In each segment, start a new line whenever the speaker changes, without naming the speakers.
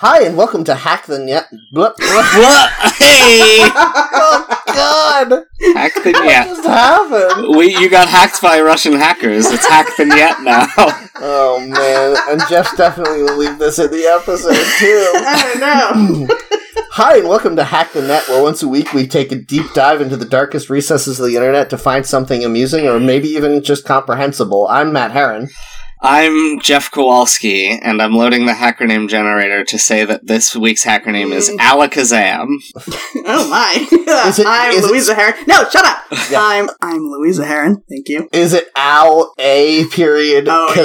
Hi, and welcome to Hack the Net. Blah, blah.
What? Hey!
oh, God!
Hack the
What
net.
just happened?
We, you got hacked by Russian hackers. It's hack the net now.
Oh, man. And Jeff definitely will leave this in the episode, too.
I don't know.
Hi, and welcome to Hack the Net, where once a week we take a deep dive into the darkest recesses of the internet to find something amusing or maybe even just comprehensible. I'm Matt Heron.
I'm Jeff Kowalski, and I'm loading the hacker name generator to say that this week's hacker name is
Mm.
Alakazam.
Oh my!
Is it-
I'm
is it-
Louisa Heron. No, shut up.
Yeah.
I'm I'm Louisa Heron. Thank you.
Is it Al A period
Oh, yeah.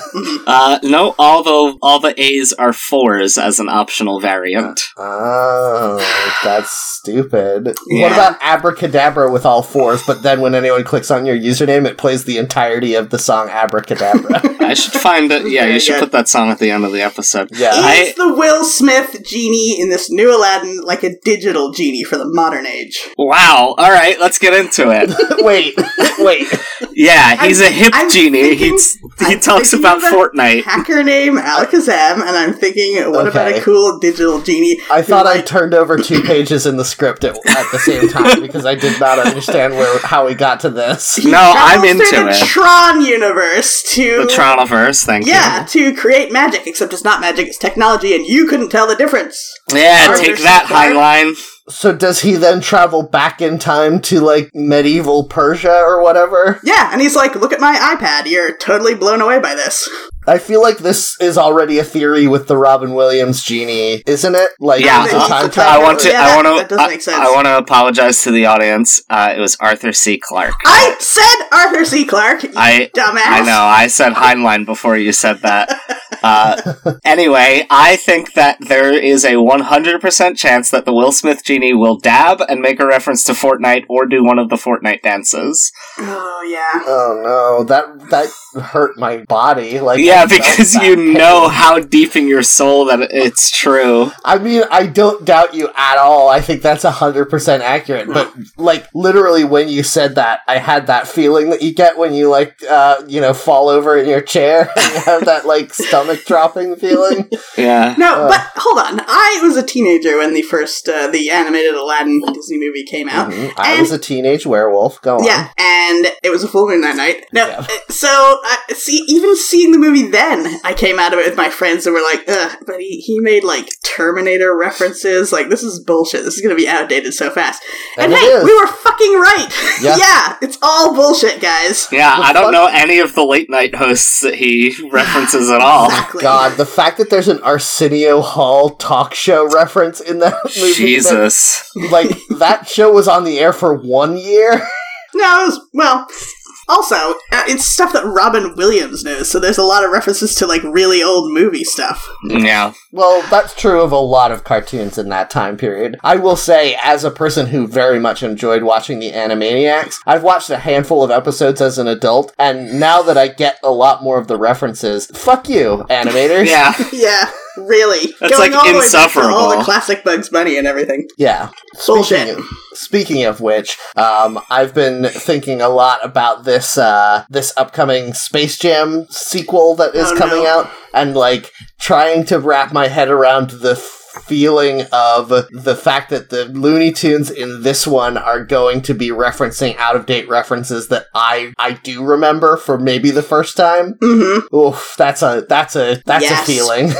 Kazam?
Uh, no, all the, all the A's are fours as an optional variant.
Oh, that's stupid. What
Yeah.
about Abracadabra with all fours, but then when anyone clicks on your username, it plays the entirety of the song Abracadabra?
I should find it. Yeah, you should put that song at the end of the episode.
yeah.
I-
Is the Will Smith genie in this new Aladdin like a digital genie for the modern age?
Wow. All right, let's get into it.
wait, wait.
Yeah, he's a hip
I'm
genie.
thinking-
He's, he
I'm
talks
thinking
about
about-
Fortnite.
Hacker name Alakazam, and I'm thinking, what about
Okay.
a cool digital genie?
I thought I turned over two pages in the script at, at the same time because I did not understand where how we got to this.
He
No, I'm
travels through
into
the
it.
Tron universe to
The Troniverse, thank
yeah to create magic. Except it's not magic; it's technology, and you couldn't tell the difference.
you. Yeah,
Are
take
there
that,
some dark-
Highline.
So does he then travel back in time to like medieval Persia or whatever?
Yeah, and he's like, "Look at my iPad. You're totally blown away by this."
I feel like this is already a theory with the Robin Williams genie, isn't it? Like
Yeah,
it's a
I-
time
I
travel.
want to.
Yeah,
I
that-
want to.
that does make sense.
I, want to apologize to the audience. Uh, it was Arthur C. Clarke.
I said Arthur C. Clarke. You
I-
dumbass.
I know. I said Heinlein before you said that. Uh, anyway, I think that there is a 100% chance that the Will Smith genie will dab and make a reference to Fortnite or do one of the Fortnite dances.
Oh yeah.
Oh no, that that hurt my body. Like
yeah,
I felt
because
that
you
pain.
know how deep in your soul that it's true.
I mean, I don't doubt you at all. I think that's hundred percent accurate. But like, literally, when you said that, I had that feeling that you get when you like, uh, you know, fall over in your chair. And you have that like stomach dropping feeling.
Yeah.
No,
Uh.
but hold on. I was a teenager when the first uh, the animated Aladdin Disney movie came out.
Mhm. I was a teenage werewolf. Go on.
Yeah, and it was a full moon that night. No,
Yeah.
uh, so uh, see, even seeing the movie then, I came out of it with my friends and were like, "Ugh!" But he, he made like Terminator references. Like this is bullshit. This is gonna be outdated so fast.
And
And,
it
hey,
is.
we were fucking right.
Yeah.
yeah, it's all bullshit, guys.
Yeah,
The
I don't
fuck-
know any of the late night hosts that he references at all.
Exactly.
God, the fact that there's an Arsenio Hall talk show reference in that movie. that-
Jesus.
like that show was on the air for one year.
No, it was, well, also, uh, it's stuff that Robin Williams knows, so there's a lot of references to, like, really old movie stuff.
Yeah.
Well, that's true of a lot of cartoons in that time period. I will say, as a person who very much enjoyed watching the Animaniacs, I've watched a handful of episodes as an adult, and now that I get a lot more of the references, fuck you, animators.
Yeah.
Yeah, really.
That's, like,
the way back to all
insufferable.
the classic Bugs Bunny and everything.
Yeah.
Bullshit.
Speaking of, speaking of which, um, I've been thinking a lot about this uh, this upcoming Space Jam sequel that is
Oh, no.
coming out, and like trying to wrap my head around the feeling of the fact that the Looney Tunes in this one are going to be referencing out of date references that I I do remember for maybe the first time.
Mm-hmm.
Oof, that's a that's a that's
Yes.
a feeling.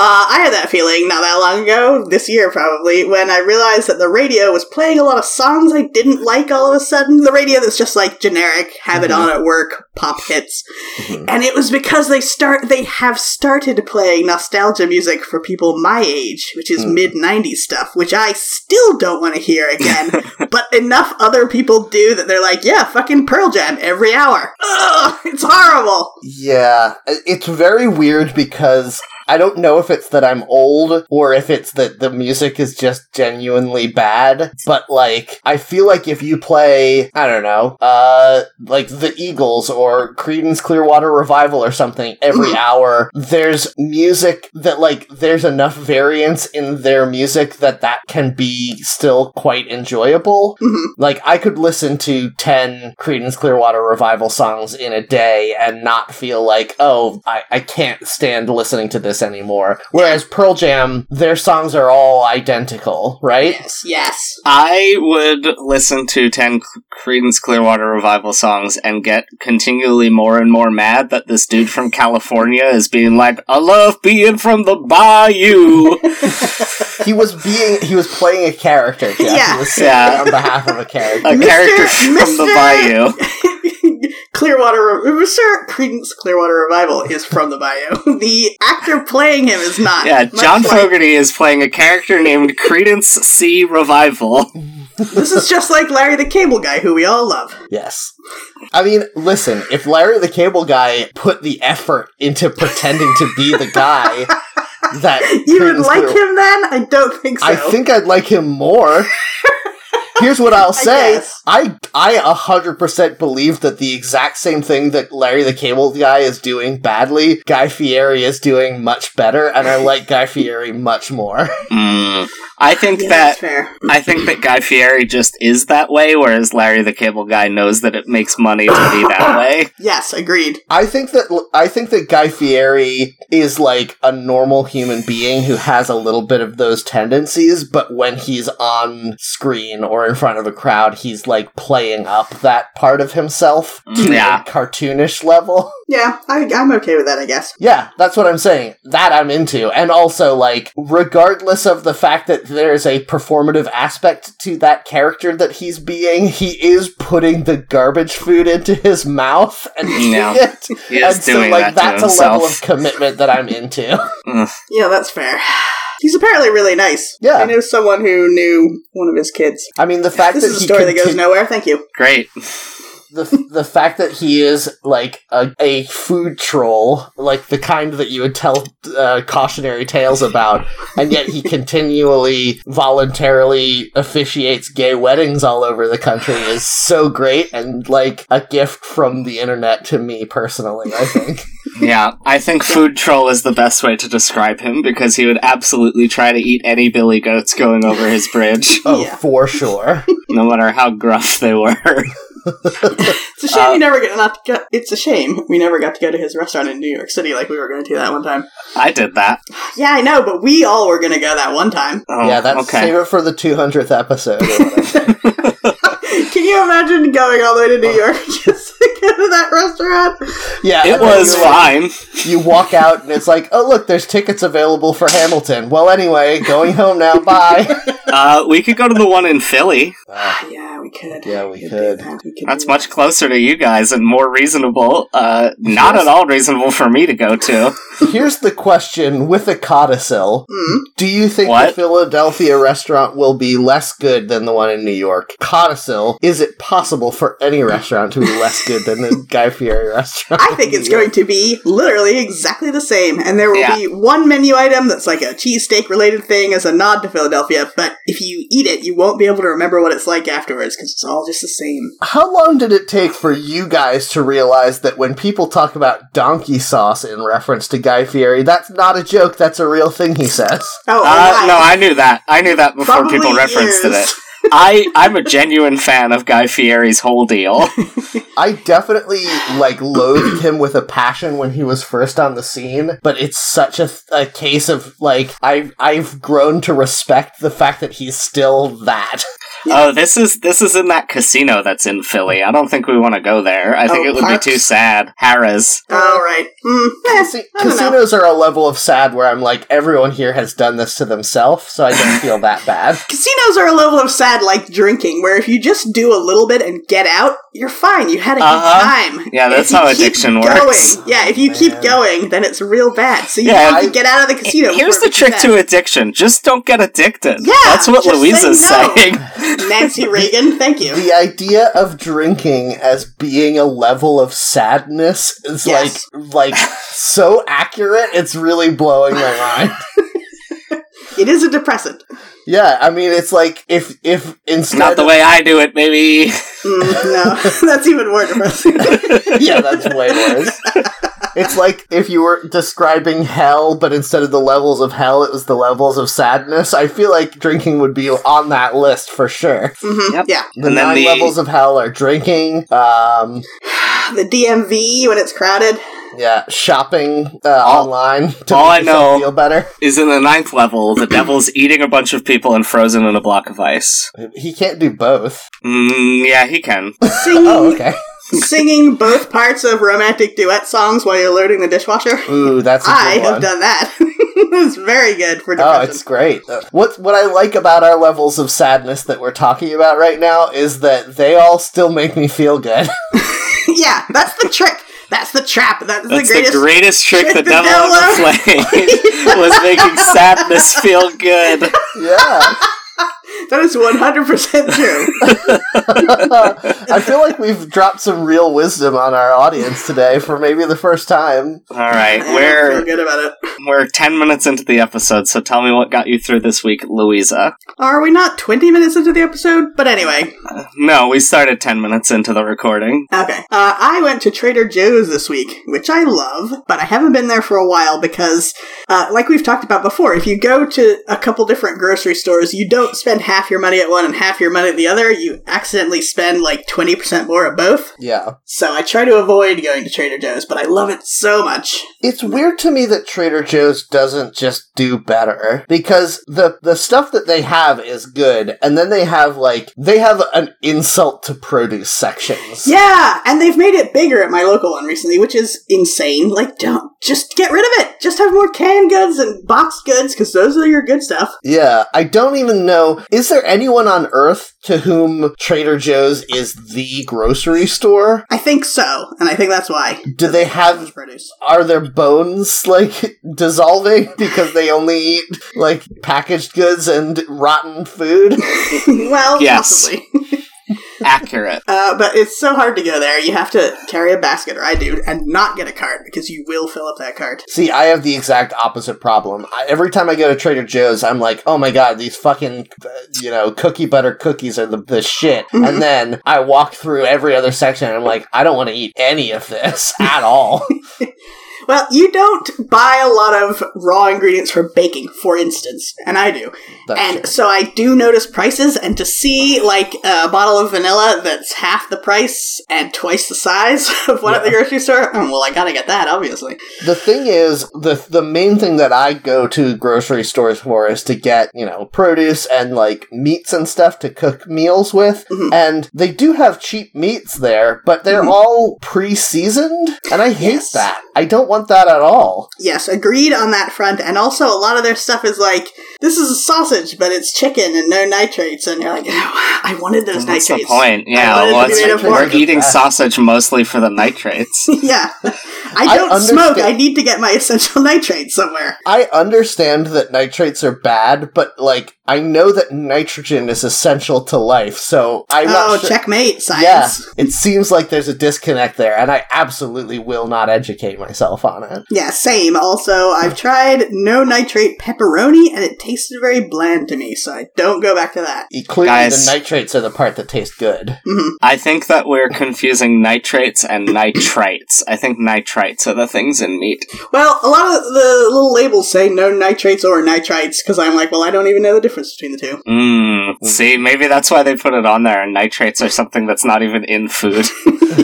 Uh, I had that feeling not that long ago, this year probably, when I realized that the radio was playing a lot of songs I didn't like all of a sudden. The radio that's just, like, generic, have it
Mhm.
on at work, pop hits. And it was because they start they have started playing nostalgia music for people my age, which is
Mm.
mid '90s stuff, which I still don't want to hear again. but enough other people do that they're like, yeah, fucking Pearl Jam every hour. Ugh, it's horrible.
Yeah, I- it's very weird because I don't know if it's that I'm old or if it's that the music is just genuinely bad, but like I feel like if you play, I don't know, uh like the Eagles or Creedence Clearwater Revival or something every
Mhm.
hour, there's music that like there's enough variance in their music that that can be still quite enjoyable.
Mhm.
Like I could listen to ten Creedence Clearwater Revival songs in a day and not feel like, oh, I, I can't stand listening to this this anymore. Whereas Pearl Jam, their songs are all identical, right?
Yes, yes.
I would listen to 10 C- Creedence Clearwater Revival songs and get continually more and more mad that this dude from California is being like, I love being from the bayou.
He was being he was playing a character. Jeff.
Yeah.
He was singing
Yeah.
on behalf of a character.
A
Mr.
character from the
Mr.
bayou.
Clearwater, Re- Mr. Credence Clearwater Revival is from the Bayou. the actor playing him is not.
Yeah,
Much
John
like-
Fogerty is playing a character named Credence C. Revival.
This is just like Larry the Cable Guy, who we all love.
Yes. I mean, listen, if Larry the Cable Guy put the effort into pretending to be the guy that
You would
Creedence
like
Clearwater-
him then? I don't think so.
I think I'd like him more. Here's what I'll say.
guess.
I I a hundred percent believe that the exact same thing that Larry the Cable Guy is doing badly, Guy Fieri is doing much better, and I like Guy Fieri much more.
Mm. I think
Yeah,
that
that's fair.
I think that Guy Fieri just is that way, whereas Larry the Cable Guy knows that it makes money to be that way.
Yes, agreed.
I think that I think that Guy Fieri is like a normal human being who has a little bit of those tendencies, but when he's on screen or in front of a crowd, he's like playing up that part of himself
Mm,
to
Yeah.
a cartoonish level.
Yeah, I, I'm okay with that, I guess.
Yeah, that's what I'm saying. That I'm into. And also, like, regardless of the fact that there's a performative aspect to that character that he's being, he is putting the garbage food into his mouth and eating
Yeah.
it.
He is
and so,
doing
like,
that to
that's a level of
himself.
commitment that I'm into.
Yeah, that's fair. He's apparently really nice.
Yeah.
I know someone who knew one of his kids.
I mean, the fact
This
that
is a
he
story that
conti-
goes nowhere. Thank you.
Great.
the the fact that he is like a, a food troll, like the kind that you would tell uh, cautionary tales about, and yet he continually voluntarily officiates gay weddings all over the country is so great and like a gift from the internet to me personally. I think.
Yeah, I think food troll is the best way to describe him because he would absolutely try to eat any billy goats going over his bridge,
Oh,
Yeah.
for sure.
no matter how gruff they were.
It's a shame
Uh,
we never get not go- It's a shame we never got to go to his restaurant in New York City like we were going to that one time.
I did that.
Yeah, I know, but we all were going to go that one time.
Oh,
yeah, that's save
okay.
it for the two hundredth episode. or whatever.
Can you imagine going all the way to New York just to go to that restaurant?
yeah,
It
and then
was
you-
fine.
you walk out and it's like, oh look, there's tickets available for Hamilton. Well, anyway, going home now. Bye.
Uh, we could go to the one in Philly.
Uh,
Yeah, we could.
Yeah, we
do
could.
that. We could
That's
do that.
much closer to you guys and more reasonable. Uh, not at all reasonable for me to go to.
here's the question with a codicil:
Mm.
Do you think the
What?
Philadelphia restaurant will be less good than the one in New York? Codicil: Is it possible for any restaurant to be less good than the Guy Fieri restaurant?
I think it's going to be literally exactly the same, and there will
Yeah.
be one menu item that's like a cheesesteak related thing as a nod to Philadelphia, but if you eat it, you won't be able to remember what it's like afterwards because it's all just the same.
How long did it take for you guys to realize that when people talk about donkey sauce in reference to Guy Fieri, that's not a joke? That's a real thing he says.
Oh,
Uh,
I lied.
no, I knew that. I knew that before
Probably
people referenced
years.
it. I, I'm a genuine fan of Guy Fieri's whole deal.
I definitely like loathed him with a passion when he was first on the scene, but it's such a, a case of like I I've grown to respect the fact that he's still that.
Oh, this is this is in that casino that's in Philly. I don't think we want to go there. I think
Oh,
it would
Parks?
be too sad. Harrah's.
All right. Mm, eh,
See,
I don't know.
casinos are a level of sad where I'm like everyone here has done this to themselves, so I don't feel that bad.
Casinos are a level of sad like drinking, where if you just do a little bit and get out, you're fine. You had a
Uh-huh.
good time.
Yeah,
If
that's
you
how
keep
addiction
going-
works.
Yeah, if you keep
Oh, man.
going, then it's real bad. So you
Yeah,
have to
I-
get out of the casino.
Here's the trick to addiction: just don't get addicted.
Yeah,
that's what
just
Louisa's
say no.
saying.
it. Nancy Reagan, thank you.
The idea of drinking as being a level of sadness is
Yes.
like like so accurate. It's really blowing my mind.
It is a depressant.
Yeah, I mean it's like if if instead
Not the
of-
way I do it, maybe.
Mm, no, that's even more depressing.
yeah, that's way worse. It's like if you were describing hell, but instead of the levels of hell, it was the levels of sadness. I feel like drinking would be on that list for sure.
Mhm,
Yep.
Yeah.
The
And then
nine
the-
levels of hell are drinking. Um,
The DMV when it's crowded.
Yeah, shopping uh,
All-
online to
all I
make yourself
know-
feel better.
Is in the ninth level, the devil's eating a bunch of people and frozen in a block of ice.
He can't do both.
Mm, yeah, he can.
Singing,
Oh, okay.
singing both parts of romantic duet songs while you're loading the dishwasher.
Ooh, that's a good
I
one.
have done that. it's very good for
Oh,
depression.
it's great. Uh, What what I like about our levels of sadness that we're talking about right now is that they all still make me feel good.
yeah, that's the trick. That's the trap.
That's
That's, the greatest.
trick the,
trick the
devil,
devil-
ever played. was making sadness feel good.
yeah.
that is one hundred percent true.
I feel like we've dropped some real wisdom on our audience today for maybe the first time.
All right,
I
we're
feel good about it.
we're ten minutes into the episode, so tell me what got you through this week, Louisa.
Are we not twenty minutes into the episode? But anyway,
Uh, No, we started ten minutes into the recording.
Okay. Uh, I went to Trader Joe's this week, which I love, but I haven't been there for a while because, uh, like we've talked about before, if you go to a couple different grocery stores, you don't spend half your money at one and half your money at the other. You accidentally spend like 20% more at both.
Yeah.
So I try to avoid going to Trader Joe's, but I love it so much.
It's weird to me that Trader Joe's doesn't just do better because the the stuff that they have is good and then they have like they have an insult to produce sections.
Yeah, and they've made it bigger at my local one recently, which is insane. Like, don't just get rid of it. Just have more canned goods and boxed goods because those are your good stuff.
Yeah, I don't even know. Is there anyone on Earth to whom Trader Joe's is the grocery store?
I think so, and I think that's why.
Do they have
produce.
are their bones like dissolving because they only eat like packaged goods and rotten food?
well,
Yes.
possibly.
Accurate.
Uh, but it's so hard to go there. You have to carry a basket, or I do, and not get a cart because you will fill up that cart.
See, I have the exact opposite problem. I, every time I go to Trader Joe's, I'm like, "Oh my god, these fucking uh, you know cookie butter cookies are the, the shit." And then I walk through every other section, and I'm like, "I don't want to eat any of this at all."
Well, you don't buy a lot of raw ingredients for baking, for instance, and I do.
That's
and
true.
so I do notice prices, and to see like a bottle of vanilla that's half the price and twice the size of one at the grocery store, oh, well, I gotta get that, obviously.
The thing is, the the main thing that I go to grocery stores for is to get you know produce and like meats and stuff to cook meals with,
Mhm.
and they do have cheap meats there, but they're
Mhm.
all pre-seasoned, and I hate
Yes.
that. I don't want that at all.
Yes, agreed on that front. And also, a lot of their stuff is like, this is a sausage, but it's chicken and no nitrates. And you're like, oh, I wanted those
What's the
nitrates.
point? Yeah,
wanted to
well,
be
it's-
made of
we're
pork.
eating sausage mostly for the nitrates.
yeah.
I
I don't smoke.
understand.
I need to get my essential nitrates somewhere.
I understand that nitrates are bad, but like I know that nitrogen is essential to life, so I'm
oh,
not sure.
checkmate science.
yeah, it seems like there's a disconnect there, and I absolutely will not educate myself on it.
Yeah, same. Also, I've tried no nitrate pepperoni and it tasted very bland to me, so I don't go back to that.
E- Clearly,
Guys.
the nitrates are the part that tastes good.
Mhm.
I think that we're confusing nitrates and nitrites. I think nitrites are the things in meat.
Well, a lot of the little labels say no nitrates or nitrites because I'm like, well, I don't even know the difference between the two.
Mm. See, maybe that's why they put it on there, and nitrates are something that's not even in food.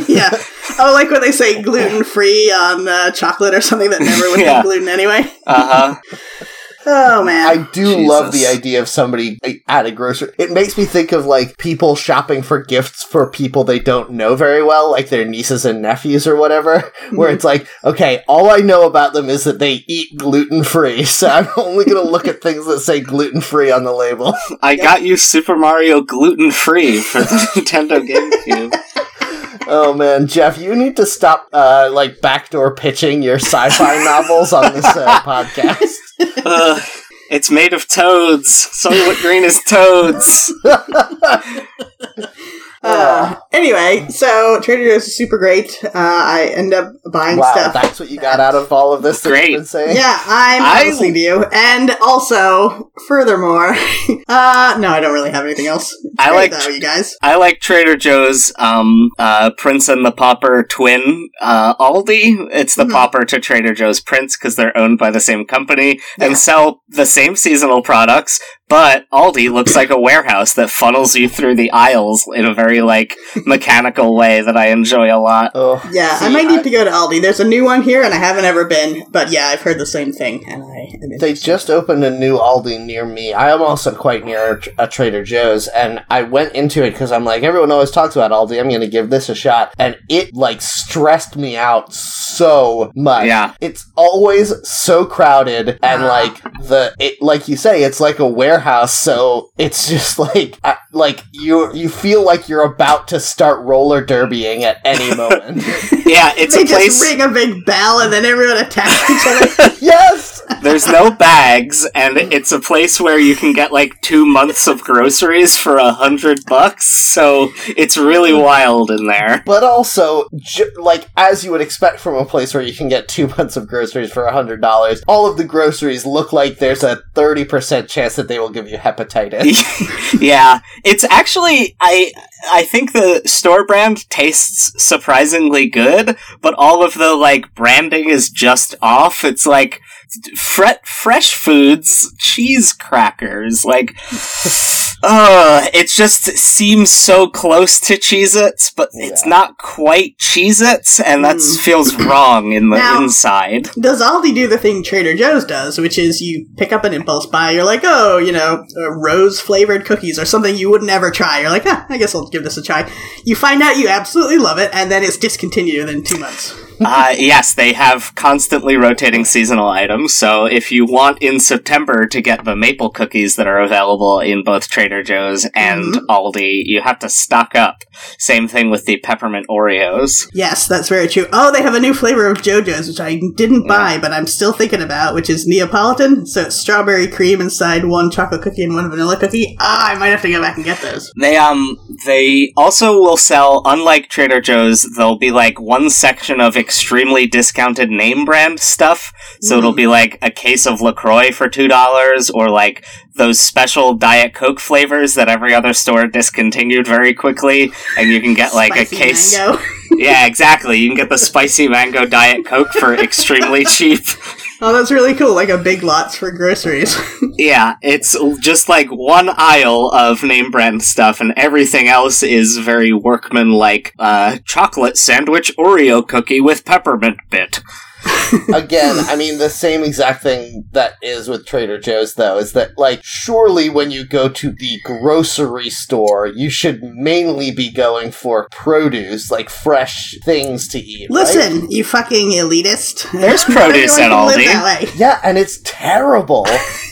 yeah. Oh, like when they say gluten free on uh, chocolate or something that never would
Yeah.
have gluten anyway.
Uh huh.
Oh man.
I do love the
Jesus.
idea of somebody at a grocery. It makes me think of like people shopping for gifts for people they don't know very well, like their nieces and nephews or whatever.
Hmm.
Where it's like, okay, all I know about them is that they eat gluten free, so I'm only gonna look at things that say gluten free on the label.
I got you Super Mario gluten free for the Nintendo GameCube.
Oh man, Jeff, you need to stop uh, like backdoor pitching your sci-fi novels on this uh, podcast.
Ugh. it's made of toads. Soylent Green is toads.
uh, anyway, so Trader Joe's is super great. Uh, I end up buying
Wow,
stuff.
that's what you got out of all of this. that you've
Great.
been saying?
yeah, I'm
I-
listening to you. And also, furthermore, uh, no, I don't really have anything else. It's
I
great,
like-
though, you guys.
I like Trader Joe's um, uh, Prince and the Pauper twin uh, Aldi. It's the
Mhm.
Pauper to Trader Joe's Prince because they're owned by the same company
Yeah.
and sell the same seasonal products. But Aldi looks like a warehouse that funnels you through the aisles in a very very like mechanical way that I enjoy a lot.
Oh,
Yeah, I
See,
might need to go to Aldi. There's a new one here, and I haven't ever been. But yeah, I've heard the same thing, and I am
They
interested.
just opened a new Aldi near me. I am also quite near a tr- a Trader Joe's, and I went into it because I'm like, everyone always talks about Aldi. I'm going to give this a shot, and it like stressed me out so much.
Yeah.
it's always so crowded, and like the it, like you say, it's like a warehouse. So it's just like I, like you you feel like you're about to start roller derbying at any moment.
Yeah, it's
they
a place.
just ring a big bell, and then everyone attacks each other.
yes.
There's no bags, and it's a place where you can get like two months of groceries for a hundred bucks. So it's really wild in there.
But also, ju- like as you would expect from a place where you can get two months of groceries for hundred dollars, all of the groceries look like there's a thirty percent chance that they will give you hepatitis.
yeah, it's actually I I think the store brand tastes surprisingly good, but all of the like branding is just off. It's like fret fresh foods cheese crackers like uh it just seems so close to cheese its but it's
Yeah.
not quite cheese its and that
Mm.
feels wrong in the
Now-
inside
does Aldi do the thing Trader Joe's does, which is you pick up an impulse buy, you're like, oh, you know, uh, rose flavored cookies or something you would never try. You're like, ah, I guess I'll give this a try. You find out you absolutely love it, and then it's discontinued within two months.
uh, yes, they have constantly rotating seasonal items. So if you want in September to get the maple cookies that are available in both Trader Joe's and Aldi, you have to stock up. Same thing with the peppermint Oreos.
Yes, that's very true. Oh, they have a new flavor of JoJo's, which I didn't buy, but I'm still thinking about, which is Neapolitan. So it's strawberry cream inside one chocolate cookie and one vanilla cookie. Ah, I might have to go back and get those.
They um they also will sell unlike Trader Joe's, there'll be like one section of extremely discounted name brand stuff. So it'll
Mm.
be like a case of LaCroix for two dollars or like those special Diet Coke flavors that every other store discontinued very quickly. And you can get like
Spicy
a case
mango.
Yeah, exactly. You can get the spicy mango Diet Coke for extremely cheap.
Oh, that's really cool. Like a big lots for groceries.
Yeah, it's just like one aisle of name brand stuff, and everything else is very workman like uh, chocolate sandwich Oreo cookie with peppermint bit.
Again, I mean the same exact thing that is with Trader Joe's though is that like surely when you go to the grocery store, you should mainly be going for produce, like fresh things to eat. right?
Listen, you fucking elitist.
There's produce
Everyone
at
can live
Aldi.
that way.
Yeah, and it's terrible.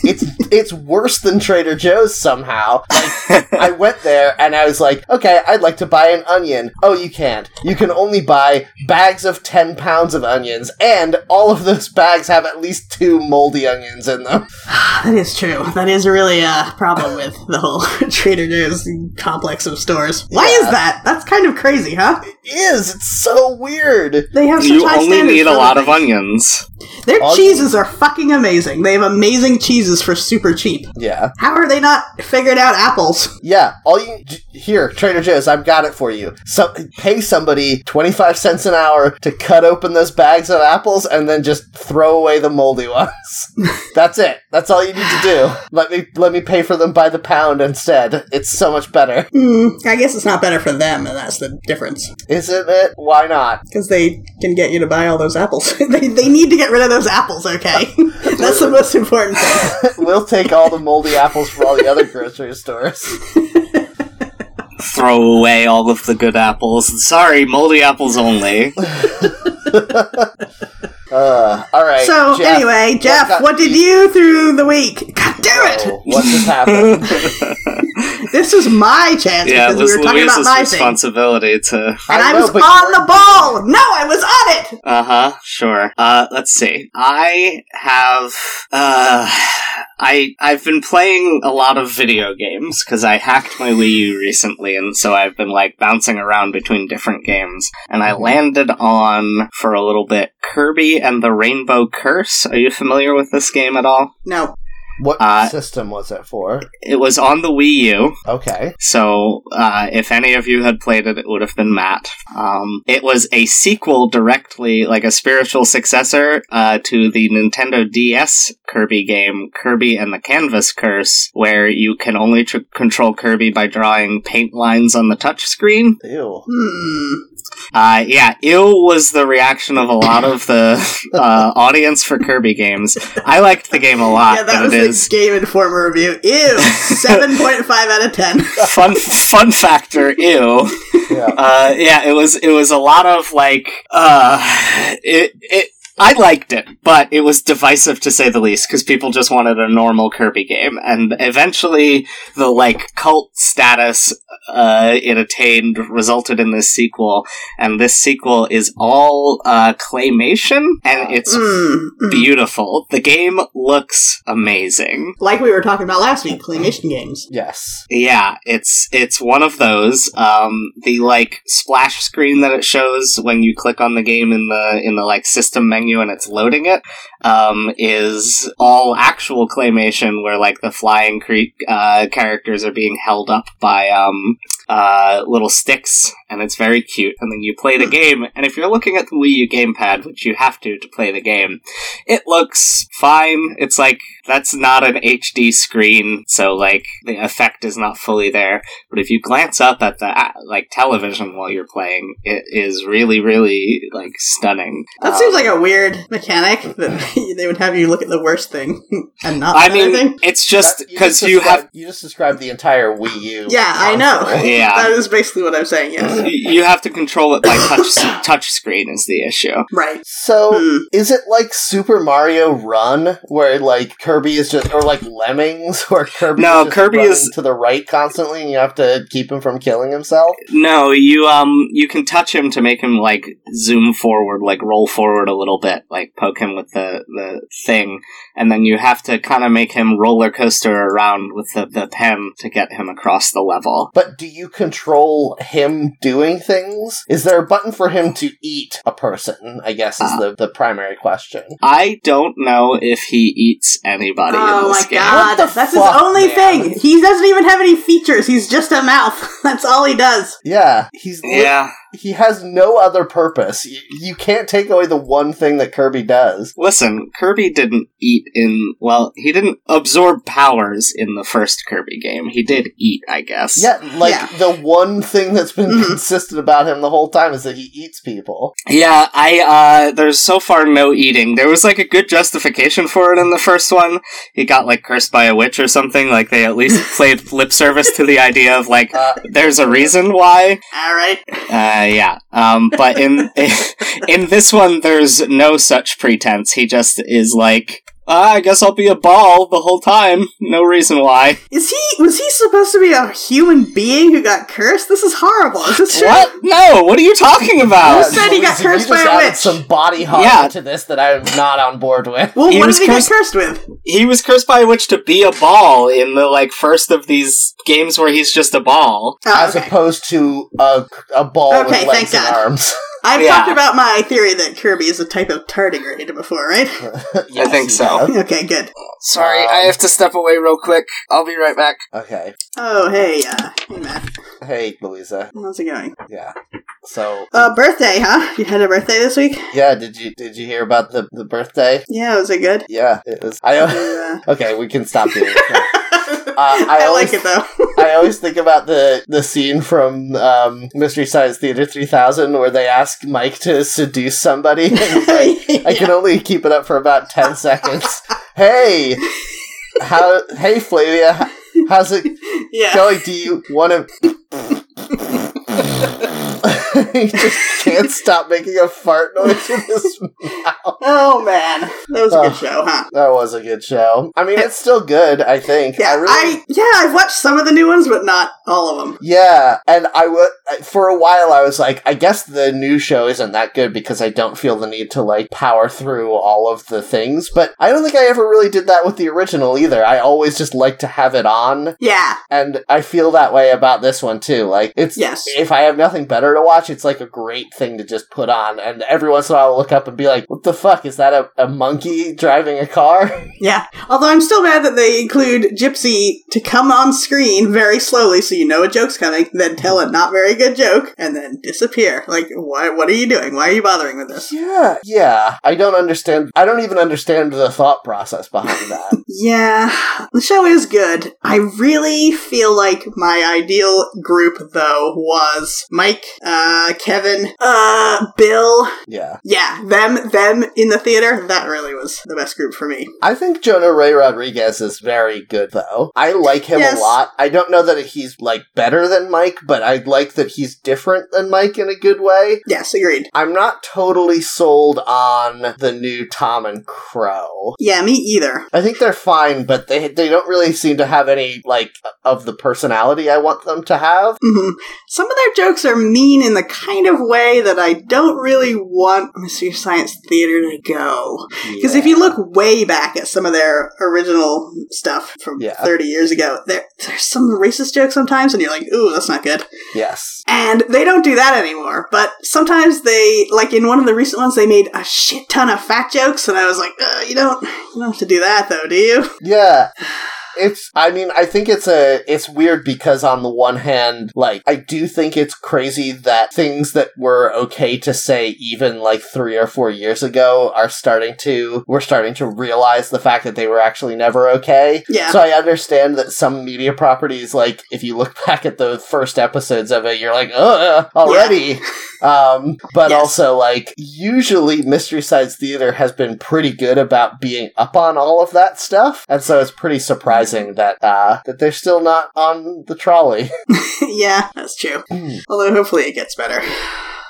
it's it's worse than Trader Joe's somehow. Like I went there and I was like, okay, I'd like to buy an onion. Oh, you can't. You can only buy bags of ten pounds of onions, and all of those bags have at least two moldy onions in them.
Ah, That is true. That is really a problem with the whole Trader Joe's complex of stores. Why is
Yeah.
that? That's kind of crazy, huh?
It is. It's so weird.
They have such
You
high
only
standards
need a
for
lot
them.
of onions.
Their
All-
cheeses are fucking amazing. They have amazing cheeses for super cheap.
Yeah.
How are they not figured out apples?
Yeah, all you j- here, Trader Joe's, I've got it for you. So pay somebody 25 cents an hour to cut open those bags of apples and then just throw away the moldy ones. That's it. That's all you need to do. Let me let me pay for them by the pound instead. It's so much better.
Hmm, I guess it's not better for them, and that's the difference.
Isn't it? Why not?
Because they can get you to buy all those apples. they, they need to get rid of those apples, okay? that's the most important thing.
We'll take all the moldy apples from all the other grocery stores.
Throw away all of the good apples. Sorry, moldy apples only.
Uh, all right.
So,
Jeff,
anyway, Jeff,
got
what did you through the week? God damn it!
oh, what just happened?
This is my chance
Yeah, it
because
was
we were talking about
Louise's
my thing.
responsibility to
And
I
I,
know,
was
but
on the ball! No, I was on it!
Uh huh. Sure. Uh, let's see. I have uh, I I've been playing a lot of video games because I hacked my Wii U recently, and so I've been like bouncing around between different games. And I landed on for a little bit Kirby and the Rainbow Curse. Are you familiar with this game at all?
No.
What
Uh,
system was it for?
It was on the Wii U,
Okay.
so uh, if any of you had played it, it would have been Matt. Um, it was a sequel directly, like a spiritual successor uh, to the Nintendo DS Kirby game, Kirby and the Canvas Curse, where you can only tr- control Kirby by drawing paint lines on the touchscreen.
Ew.
Hmm.
Uh, yeah, ew was the reaction of a lot of the uh, audience for Kirby games. I liked the game a lot,
yeah, that
but
was
it
the
is
Game Informer review. Ew, seven point five out of ten.
fun fun factor. Ew.
Yeah.
Uh, yeah, it was it was a lot of like uh, it it. I liked it, but it was divisive to say the least because people just wanted a normal Kirby game, and eventually the like cult status uh, it attained resulted in this sequel, and this sequel is all uh, claymation, and it's
Mm, mm.
beautiful. The game looks amazing.
Like we were talking about last week, claymation games.
yes.
Yeah, it's it's one of those. Um, the like splash screen that it shows when you click on the game in the in the like system menu and it's loading it um, is all actual claymation, where like the flying cre- uh, characters are being held up by um, uh, little sticks, and it's very cute. And then you play the game, and if you're looking at the Wii U gamepad, which you have to to play the game, it looks fine. It's like that's not an HD screen, so like the effect is not fully there. But if you glance up at the uh, like television while you're playing, it is really, really like stunning.
That
Um,
seems like a weird mechanic that they would have you look at the worst thing and not.
I
the
mean,
other thing.
it's just
That-
because
just
you have
described- you just described the entire Wii U.
yeah, I know.
console.
Yeah.
that is basically what I'm saying. Yes,
you have to control it by touch touch screen is the issue.
right.
So
Hmm.
is it like Super Mario Run, where like Kirby is just, or like Lemmings, where Kirby
No,
is just
Kirby
running
is-
to the right constantly, and you have to keep him from killing himself?
No, you um you can touch him to make him like zoom forward, like roll forward a little bit, like poke him with the the thing, and then you have to kind of make him roller coaster around with the the pen to get him across the level.
But do you control him doing things? Is there a button for him to eat a person? I guess is
Uh.
the, the primary question.
I don't know if he eats anybody in
Oh
this
my
game.
god,
What the
that's
fuck,
his only
man?
thing. He doesn't even have any features. He's just a mouth. that's all he does.
Yeah, he's li-
Yeah.
he has no other purpose. You, you can't take away the one thing that Kirby does.
Listen, Kirby didn't eat in well, he didn't absorb powers in the first Kirby game. He did eat, I guess.
Yeah, like
Yeah.
the one thing that's been
Mhm.
consistent about him the whole time is that he eats people.
Yeah, I uh there's so far no eating. There was like a good justification for it in the first one. He got like cursed by a witch or something, like they at least played lip service to the idea of like
Uh,
there's a reason why.
All right.
Uh yeah. Um but in in this one there's no such pretense. He just is like "Ah, I guess I'll be a ball the whole time. No reason why.
Is he was he supposed to be a human being who got cursed? This is horrible. Is this true?
What? No, what are you talking
uh,
about?
Who said he got
Louise,
cursed
you just
by a
added
witch?
some body horror
Yeah.
to this that I'm not on board with.
Well,
He
what
was
did he
cursed-
get cursed with?
he was cursed by a witch to be a ball in the like first of these games where he's just a ball.
Oh,
As
okay.
opposed to a, a ball
Okay,
with legs
thank
and
God.
arms.
I've
Yeah.
talked about my theory that Kirby is a type of tardigrade before, right?
Yes,
think
you
so.
have.
Okay, good.
Sorry, I have
to step away real quick. I'll be right back.
Okay.
Oh, hey, uh, hey, Matt.
Hey, Louisa.
How's it going?
Yeah. So,
Uh, birthday, huh? You had a birthday this week?
yeah, did you did you hear about the, the birthday?
Yeah, was it good?
Yeah, it was. I
Uh,
okay, we can stop doing that.
I,
always-
like it though.
I always think about the the scene from um, Mystery Science Theater 3000 where they ask Mike to seduce somebody. And he's like, I
Yeah.
can only keep it up for about 10 seconds. Hey, how? Hey, Flavia, h- how's it
yeah.
going? Do you want to? he just can't stop making a fart noise with his mouth.
Oh man, that was a
Oh.
good show, huh?
That was a good show. I mean, it's still good. I think.
Yeah, I,
I really.
yeah, I've watched some of the new ones, but not all of them.
Yeah, and I would for a while I was like, I guess the new show isn't that good because I don't feel the need to like power through all of the things. But I don't think I ever really did that with the original either. I always just like to have it on,
Yeah,
and I feel that way about this one too. Like it's
yes,
if I have nothing better to watch, watch, it's like a great thing to just put on. And every once in a while, I'll look up and be like, what the fuck? Is that a, a monkey driving a car?
Yeah. Although I'm still mad that they include Gypsy to come on screen very slowly so you know a joke's coming, then tell a not very good joke, and then disappear. Like, why, what are you doing? Why are you bothering with this?
yeah. Yeah. I don't understand. I don't even understand the thought process behind that.
Yeah, the show is good. I really feel like my ideal group, though, was Mike, uh, Kevin, uh, Bill.
yeah.
Yeah, them, them in the theater. That really was the best group for me.
I think Jonah Ray Rodriguez is very good, though. I like him
Yes.
a lot. I don't know that he's, like, better than Mike, but I like that he's different than Mike in a good way.
Yes, agreed.
I'm not totally sold on the new Tom and Crow.
Yeah, me either.
I think they're fine, but they they don't really seem to have any like of the personality I want them to have.
hmm Some of their jokes are mean in the kind of way that I don't really want Mystery Science Theater to go. Because if you look way back at some of their original stuff from
Yeah.
30 years ago, there, there's some racist jokes sometimes, and you're like, ooh, that's not good.
yes,
And they don't do that anymore. But sometimes they, like in one of the recent ones, they made a shit ton of fat jokes, and I was like, uh, you don't, you don't have to do that though, do you?
yeah. It's I mean I think it's a it's weird because on the one hand like I do think it's crazy that things that were okay to say even like 3 or 4 years ago are starting to we're starting to realize the fact that they were actually never okay.
Yeah.
So I understand that some media properties, like if you look back at the first episodes of it, you're like, "Ugh, already." Um, but
Yes.
also, like usually, Mystery Science Theater has been pretty good about being up on all of that stuff, and so it's pretty surprising that uh, that they're still not on the trolley.
yeah, that's true.
Mm.
Although hopefully it gets better.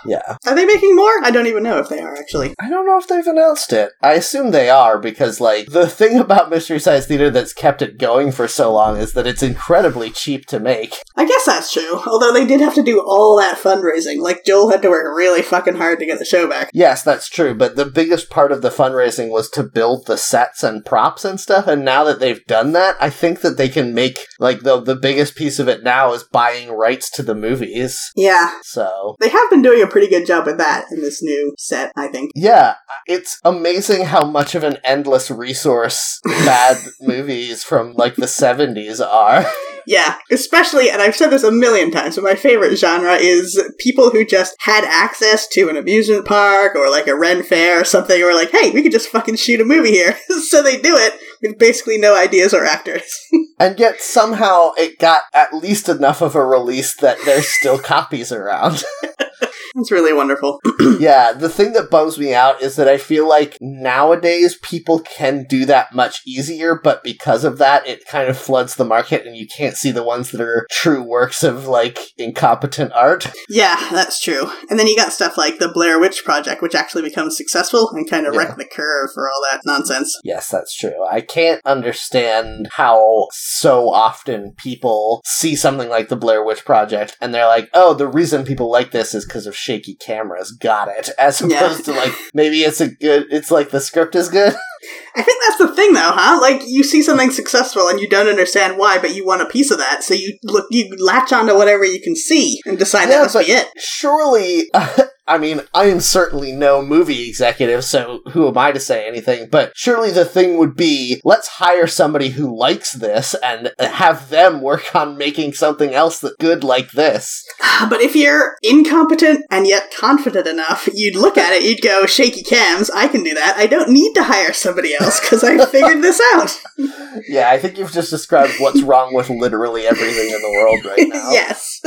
yeah,
Are they making more? I don't even know if they are actually.
I don't know if they've announced it. I assume they are because, like, the thing about Mystery Science Theater that's kept it going for so long is that it's incredibly cheap to make.
I guess that's true. Although they did have to do all that fundraising. Like Joel had to work really fucking hard to get the show back.
Yes, that's true. But the biggest part of the fundraising was to build the sets and props and stuff. And now that they've done that, I think that they can make like the the biggest piece of it now is buying rights to the movies.
Yeah,
So
They have been doing a pretty good job with that in this new set, I think.
yeah, it's amazing how much of an endless resource bad movies from like the seventies are.
Yeah, especially, and I've said this a million times, but my favorite genre is people who just had access to an amusement park or like a Ren Fair or something, or like, hey, we could just fucking shoot a movie here. so they do it with basically no ideas or actors.
And yet somehow it got at least enough of a release that there's still copies around.
it's really wonderful.
yeah, the thing that bums me out is that I feel like nowadays people can do that much easier, but because of that, it kind of floods the market and you can't see the ones that are true works of like incompetent art.
yeah, that's true. And then you got stuff like the Blair Witch Project, which actually becomes successful and kind of
Yeah.
wrecked the curve for all that nonsense.
Yes, that's true. I can't understand how so often people see something like the Blair Witch Project and they're like, oh, the reason people like this is because of shaky cameras. Got it. As
Yeah.
opposed to like, maybe it's a good, it's like the script is good.
I think that's the thing, though, huh? Like you see something successful and you don't understand why, but you want a piece of that, so you look, you latch onto whatever you can see and decide
Yeah,
that must
but-
be it.
surely I mean, I am certainly no movie executive, so who am I to say anything? But surely the thing would be let's hire somebody who likes this and have them work on making something else that good like this.
But if you're incompetent and yet confident enough, you'd look at it, you'd go, "Shaky cams, I can do that. I don't need to hire somebody else because I figured this out."
Yeah, I think you've just described what's wrong with literally everything in the world right now.
yes.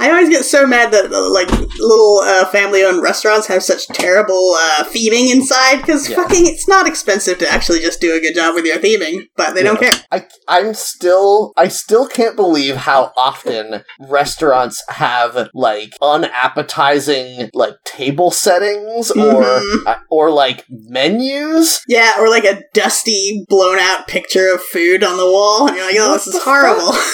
I always get so mad that uh, like little uh, family-owned restaurants have such terrible uh, theming inside because
Yeah.
fucking it's not expensive to actually just do a good job with your theming, but they don't
Yeah.
care.
I, I'm still, I still can't believe how often restaurants have like unappetizing like table settings
Mhm.
or or like menus.
Yeah, or like a dusty, blown out picture of food on the wall, and you're like, oh,
What
this
the
is horrible.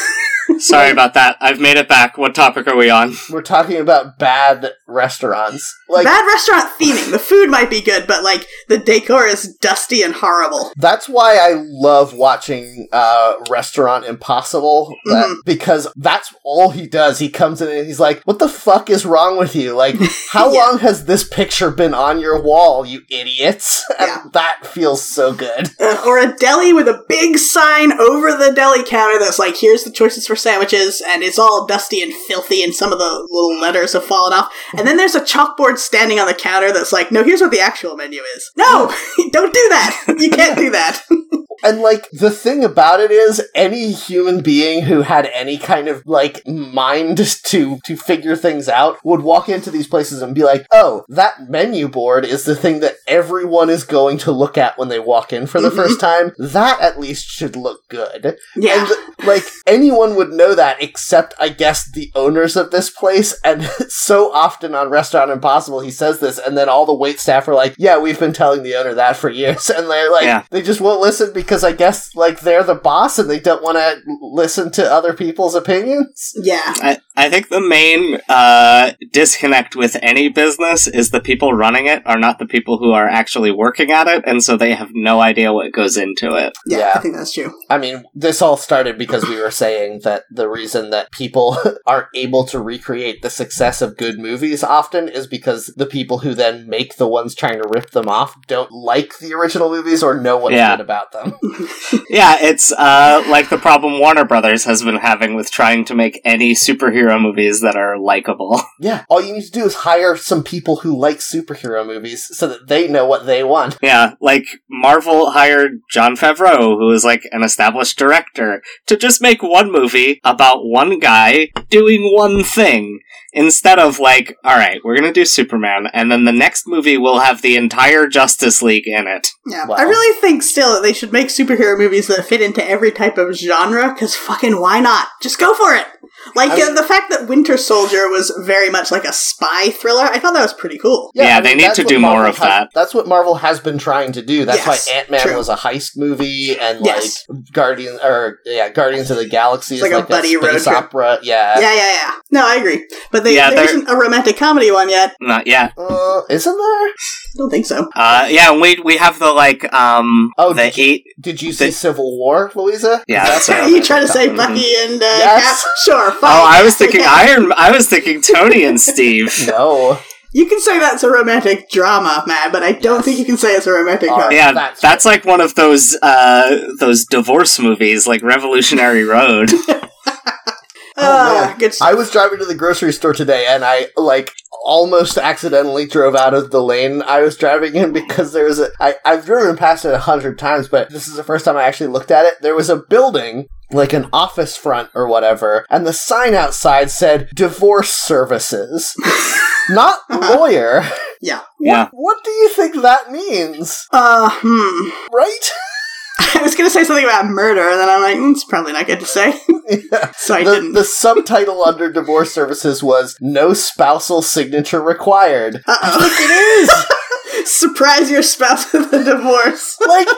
Sorry about that. I've made it back. What topic are we on?
We're talking about bad restaurants. Like
Bad restaurant theming. The food might be good, but like the decor is dusty and horrible.
That's why I love watching uh, Restaurant Impossible that-
Mhm.
because that's all he does. He comes in and he's like, "What the fuck is wrong with you? Like, how
Yeah.
long has this picture been on your wall, you idiots?" And
Yeah.
that feels so good.
Uh, or a deli with a big sign over the deli counter that's like, here's the choices for sandwiches, and it's all dusty and filthy, and some of the little letters have fallen off. And then there's a chalkboard standing on the counter that's like, no, here's what the actual menu is. No! Don't do that! You can't do that!
And like the thing about it is, any human being who had any kind of like mind to to figure things out would walk into these places and be like, "Oh, that menu board is the thing that everyone is going to look at when they walk in for the
Mhm.
first time. That at least should look good."
yeah.
And like anyone would know that except I guess the owners of this place. And so often on Restaurant Impossible he says this and then all the wait staff are like, Yeah, we've been telling the owner that for years and they're like
Yeah.
they just won't listen because I guess like they're the boss and they don't wanna listen to other people's opinions.
yeah.
I, I think the main uh, disconnect with any business is the people running it are not the people who are actually working at it, and so they have no idea what goes into it.
Yeah,
Yeah.
I think that's true.
I mean, this all started because we were saying that the reason that people aren't able to recreate the success of good movies often is because the people who then make the ones trying to rip them off don't like the original movies or know what's
Yeah.
good about them.
Yeah, it's uh, like the problem Warner Brothers has been having with trying to make any superhero movies that are likable.
Yeah, all you need to do is hire some people who like superhero movies so that they know what they want.
Yeah, like Marvel hired John Favreau, who is like an established director, to just make one movie about one guy doing one thing. Instead of like, alright, we're gonna do Superman, and then the next movie will have the entire Justice League in it.
Yeah.
Wow.
I really think still that they should make superhero movies that fit into every type of genre, because fucking why not? Just go for it! Like,
I mean-
uh, the fact that Winter Soldier was very much like a spy thriller, I thought that was pretty cool.
Yeah, they need
that's
to
what
do more
Marvel
of
has-
that.
That's what Marvel has been trying to do. That's
Yes,
why Ant Man
true.
was a heist movie, and
Yes.
like Guardians or yeah, Guardians of the Galaxy
It's
is
like
like,
a
a,
buddy road
space
trip.
opera. Yeah,
yeah, yeah, yeah. No, I agree. But they,
Yeah,
there
they're-
isn't a romantic comedy one yet.
Not yet.
Uh, isn't there?
I don't think so.
Uh, yeah, and we we have the like um
Oh,
the
did
eight
Did you see
They-
Civil War, Louisa?
Yeah,
That's
that's
how
right.
Are you trying to say
Mhm.
Bucky and uh,
Yes.
Cap? Sure, fine.
Oh, I was thinking
Okay.
Iron I was thinking Tony and Steve.
No.
You can say that's a romantic drama, Matt, but I don't think you can say it's a romantic
All
comedy.
right.
Yeah,
That's
that's, like one of those uh those divorce movies like Revolutionary Road.
Oh,
Ah,
man.
good stuff.
I was driving to the grocery store today and I like almost accidentally drove out of the lane I was driving in because there was a I, I've driven past it a hundred times, but this is the first time I actually looked at it. There was a building like an office front or whatever, and the sign outside said divorce services. Not lawyer.
yeah.
yeah.
What do you think that means?
Uh, hmm.
Right?
I was going to say something about murder, and then I'm like, mm, it's probably not good to say. so I
The,
didn't.
the subtitle under divorce services was No Spousal Signature Required.
Uh oh.
It is!
Surprise your spouse with a divorce.
like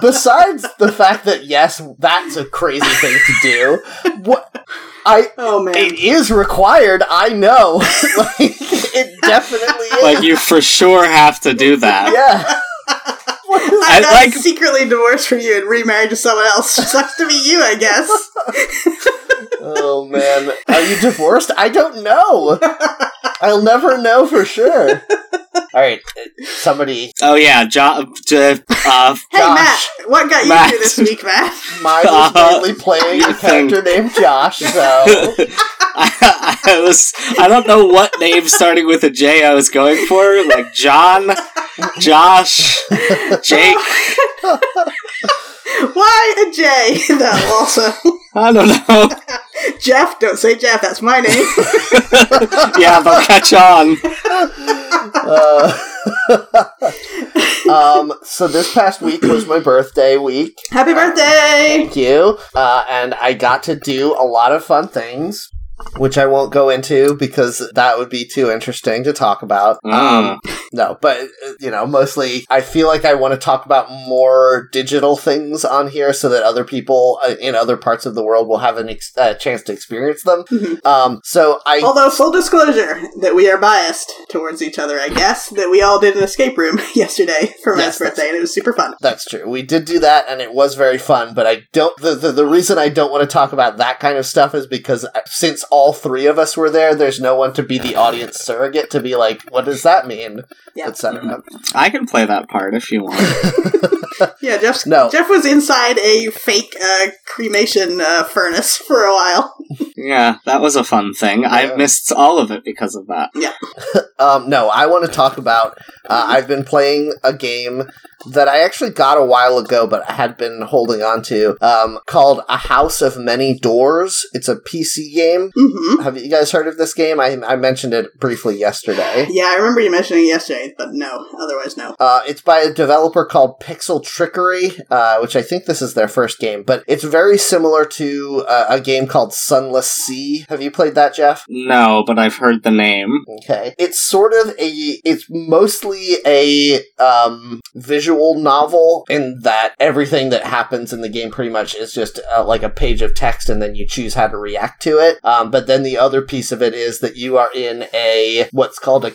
besides the fact that yes that's a crazy thing to do what i
Oh, man.
it is required i know like it definitely is
Like you for sure have to do that.
yeah What is-
I'm
I
not
like-
secretly divorced from you and remarried to someone else. Sucks to be you, I guess.
oh man are you divorced i don't know i'll never know for sure all right somebody
Oh yeah, John. Uh, uh,
Hey,
Josh.
Matt, what got you
Matt.
through this week, Matt?
mine was mainly playing a character named josh so
I, I was. I don't know what name starting with a J I was going for. Like John, Josh, Jake.
Why a J? Though, also.
I don't know.
Jeff, don't say Jeff, that's my name.
Yeah, they'll catch on.
uh, um so this past week was my birthday week
Happy birthday!
Thank you. Uh, and I got to do a lot of fun things, which I won't go into because that would be too interesting to talk about.
Mm.
No, but uh, you know, mostly I feel like I want to talk about more digital things on here so that other people uh, in other parts of the world will have a ex- uh, chance to experience them.
Mhm.
Um, so I
Although full disclosure that we are biased towards each other, I guess that we all did an escape room yesterday for my
Yes,
birthday, and it was super fun.
That's true. We did do that, and it was very fun. But I don't. The, the The reason I don't want to talk about that kind of stuff is because I- since all three of us were there, there's no one to be the audience surrogate to be like, "What does that mean?"
Yeah.
Etc.
I can play that part if you want.
Yeah, Jeff's
No.
Jeff was inside a fake uh, cremation uh, furnace for a while.
yeah, that was a fun thing.
Yeah.
I missed all of it because of that.
Um, no, I want to talk about. Uh, I've been playing a game that I actually got a while ago, but I had been holding on to. Um, called A House of Many Doors. It's a PC game.
hmm
Have you guys heard of this game? I I mentioned it briefly yesterday.
Yeah, I remember you mentioning it yesterday, but no, otherwise no.
Uh, it's by a developer called Pixel Trickery, uh, which I think this is their first game, but it's very similar to uh, a game called Sunless Sea. Have you played that, Jeff?
No, but I've heard the name.
Okay. It's sort of a. It's mostly a um, visual novel in that everything that happens in the game pretty much is just uh, like a page of text, and then you choose how to react to it. Um, but then the other piece of it is that you are in a what's called a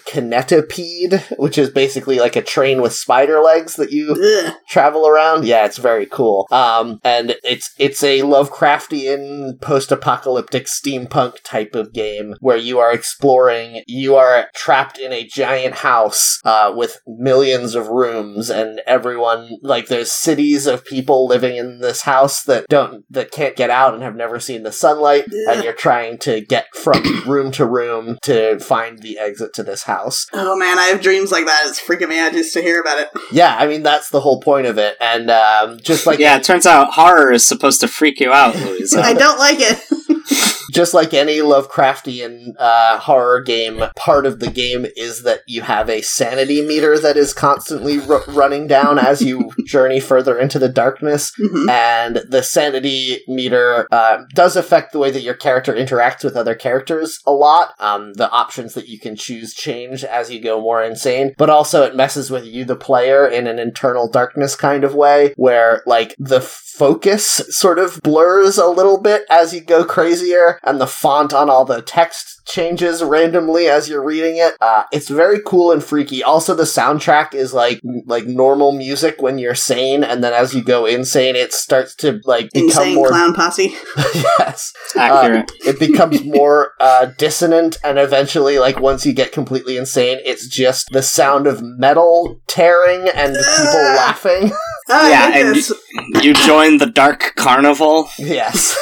kinetopede, which is basically like a train with spider legs that you
Ugh.
travel around. Yeah, it's very cool. Um, and it's it's a Lovecraftian post-apocalyptic steampunk type of game where you are exploring. You are trapped in a giant house uh, with millions of rooms, and everyone like there's cities of people living in this house that don't that can't get out and have never seen the sunlight, and you're trying to get from room to room to find the exit to this house.
Oh man, I have dreams like that. It's freaking me out just to hear about it.
Yeah, I mean that's the whole point of it, and um, just like
yeah, it turns out horror is supposed to freak you out, Louisa.
I don't like it.
just like any Lovecraftian uh, horror game, part of the game is that you have a sanity meter that is constantly r- running down as you journey further into the darkness.
Mhm.
And the sanity meter uh, does affect the way that your character interacts with other characters a lot. Um, the options that you can choose change as you go more insane, but also it messes with you, the player, in an internal darkness kind of way, where like the focus sort of blurs a little bit as you go crazier, and the font on all the text changes randomly as you're reading it. Uh, it's very cool and freaky. Also, the soundtrack is like like normal music when you're sane, and then as you go insane, it starts to like become
Insane
more
clown posse.
yes.
Uh, Accurate.
Um, it becomes more uh, dissonant, and eventually, like once you get completely insane, it's just the sound of metal tearing and people
Ah!
laughing.
Oh,
Yeah,
I
and-
like this.
you join the dark carnival.
Yes,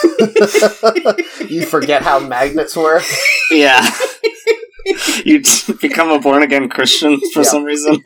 you forget how magnets work.
Yeah. you t- become a born again Christian for
Yeah.
some reason.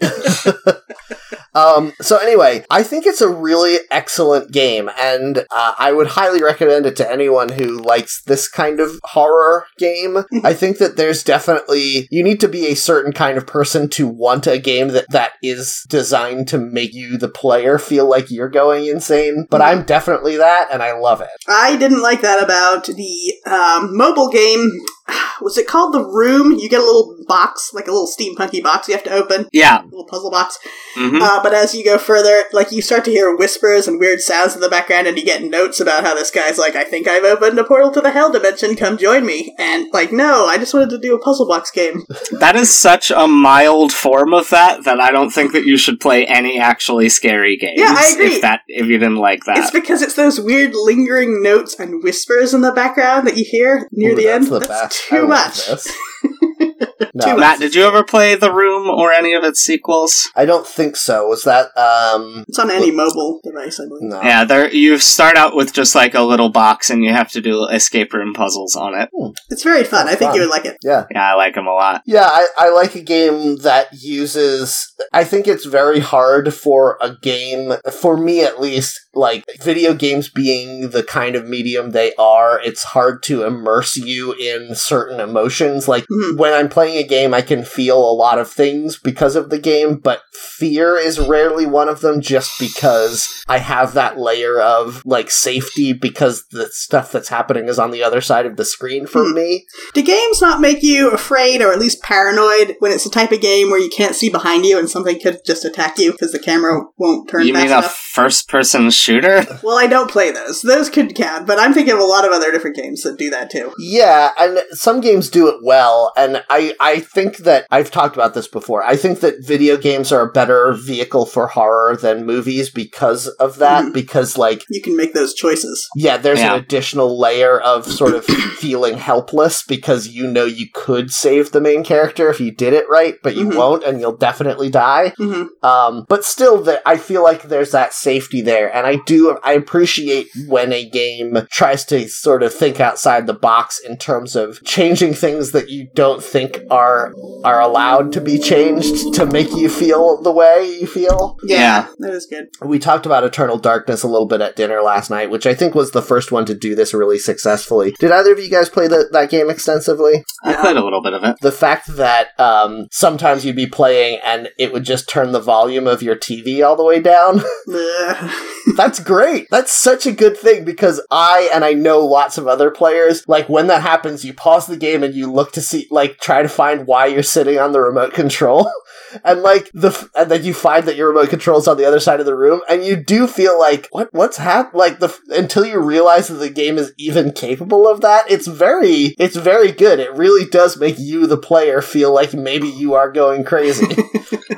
Um, so anyway, I think it's a really excellent game, and uh, I would highly recommend it to anyone who likes this kind of horror game. I think that there's definitely you need to be a certain kind of person to want a game that that is designed to make you the player feel like you're going insane. But I'm definitely that, and I love it.
I didn't like that about the um, mobile game. Was it called the Room? You get a little box, like a little steampunky box. You have to open
Yeah.
a little puzzle box.
hmm
Uh, but as you go further, like you start to hear whispers and weird sounds in the background, and you get notes about how this guy's like, "I think I've opened a portal to the Hell dimension. Come join me." And like, no, I just wanted to do a puzzle box game.
That is such a mild form of that that I don't think that you should play any actually scary games.
Yeah, I agree.
If that if you didn't like that,
It's because it's those weird lingering notes and whispers in the background that you hear near
Ooh,
the
that's
end. that's
best. I
too
love
much.
this.
Too
no,
Uh, Matt, did you ever play The Room or any of its sequels?
I don't think so. Was that um?
It's on any mobile device, I believe.
No.
Yeah, there you start out with just like a little box and you have to do escape room puzzles on it.
It's very fun. I think
Fun.
you would like it.
Yeah.
Yeah, I like them a lot.
Yeah, I, I like a game that uses. I think it's very hard for a game, for me at least, like video games being the kind of medium they are, it's hard to immerse you in certain emotions. Like
Mhm.
when I'm playing playing a game, I can feel a lot of things because of the game, but fear is rarely one of them just because I have that layer of like safety because the stuff that's happening is on the other side of the screen for
Hmm.
me.
Do games not make you afraid or at least paranoid when it's the type of game where you can't see behind you and something could just attack you because the camera won't turn
You
fast
mean a
enough?
first person shooter?
well, I don't play those. Those could count, but I'm thinking of a lot of other different games that do that too.
Yeah, and some games do it well, and I, I think that I've talked about this before. I think that video games are a better vehicle for horror than movies because of that,
Mhm.
because like
You can make those choices.
yeah, there's
Yeah.
an additional layer of sort of feeling helpless because you know you could save the main character if you did it right, but you
Mhm.
won't, and you'll definitely die.
hmm
Um, but still, that I feel like there's that safety there, and I do I appreciate when a game tries to sort of think outside the box in terms of changing things that you don't think are are allowed to be changed to make you feel the way you feel.
Yeah.
that is good.
We talked about Eternal Darkness a little bit at dinner last night, which I think was the first one to do this really successfully. Did either of you guys play that that game extensively?
I played a little bit of it.
the fact that um, sometimes you'd be playing and it would just turn the volume of your TV all the way down.
Ugh.
That's great. That's such a good thing because I and I know lots of other players, like when that happens, you pause the game and you look to see, like, try to find why you're sitting on the remote control. And like the, f- and then you find that your remote control's on the other side of the room, and you do feel like what what's happened. Like the f- until you realize that the game is even capable of that, it's very it's very good. It really does make you the player feel like maybe you are going crazy.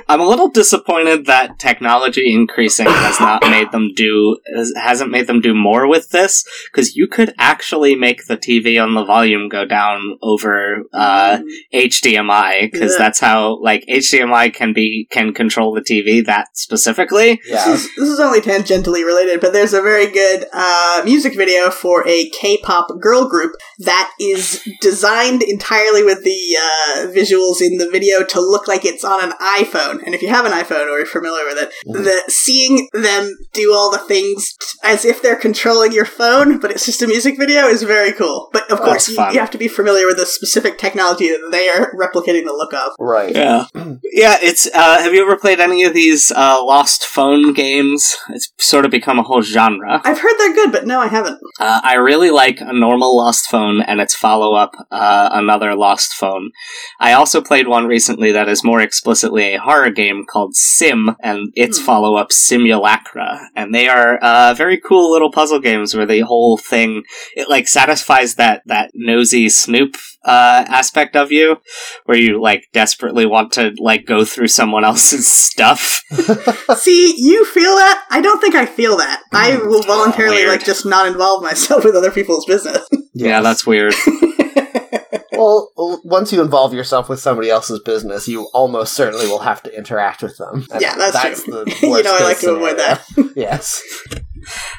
I'm a little disappointed that technology increasing has not made them do has- hasn't made them do more with this because you could actually make the TV on the volume go down over uh, HDMI because
Yeah.
that's how like HDMI can be can control the TV that specifically.
yeah,
This is, this is only tangentially related, but there's a very good uh, music video for a K-pop girl group that is designed entirely with the uh, visuals in the video to look like it's on an iPhone. And if you have an iPhone or you're familiar with it,
Mhm.
the seeing them do all the things as if they're controlling your phone, but it's just a music video, is very cool. But of
That's
course, you,
fun.
you have to be familiar with the specific technology that they are replicating the look of.
right.
Yeah, yeah. It's uh, have you ever played any of these uh, lost phone games? It's sort of become a whole genre.
I've heard they're good, but no, I haven't.
Uh, I really like a normal Lost Phone and its follow up, uh, another Lost Phone. I also played one recently that is more explicitly a horror game called Sim and its
Hmm.
follow up Simulacra. And they are uh, very cool little puzzle games where the whole thing it like satisfies that that nosy snoop uh, aspect of you, where you like desperately want to like go through someone else's stuff.
See, you feel that? I don't think I feel that. I will voluntarily
Weird.
like just not involve myself with other people's business.
Yeah, that's weird.
Well, l- once you involve yourself with somebody else's business, you almost certainly will have to interact with them. And
Yeah, that's true.
the
You know I
worst-case
like to avoid
scenario.
that.
yes.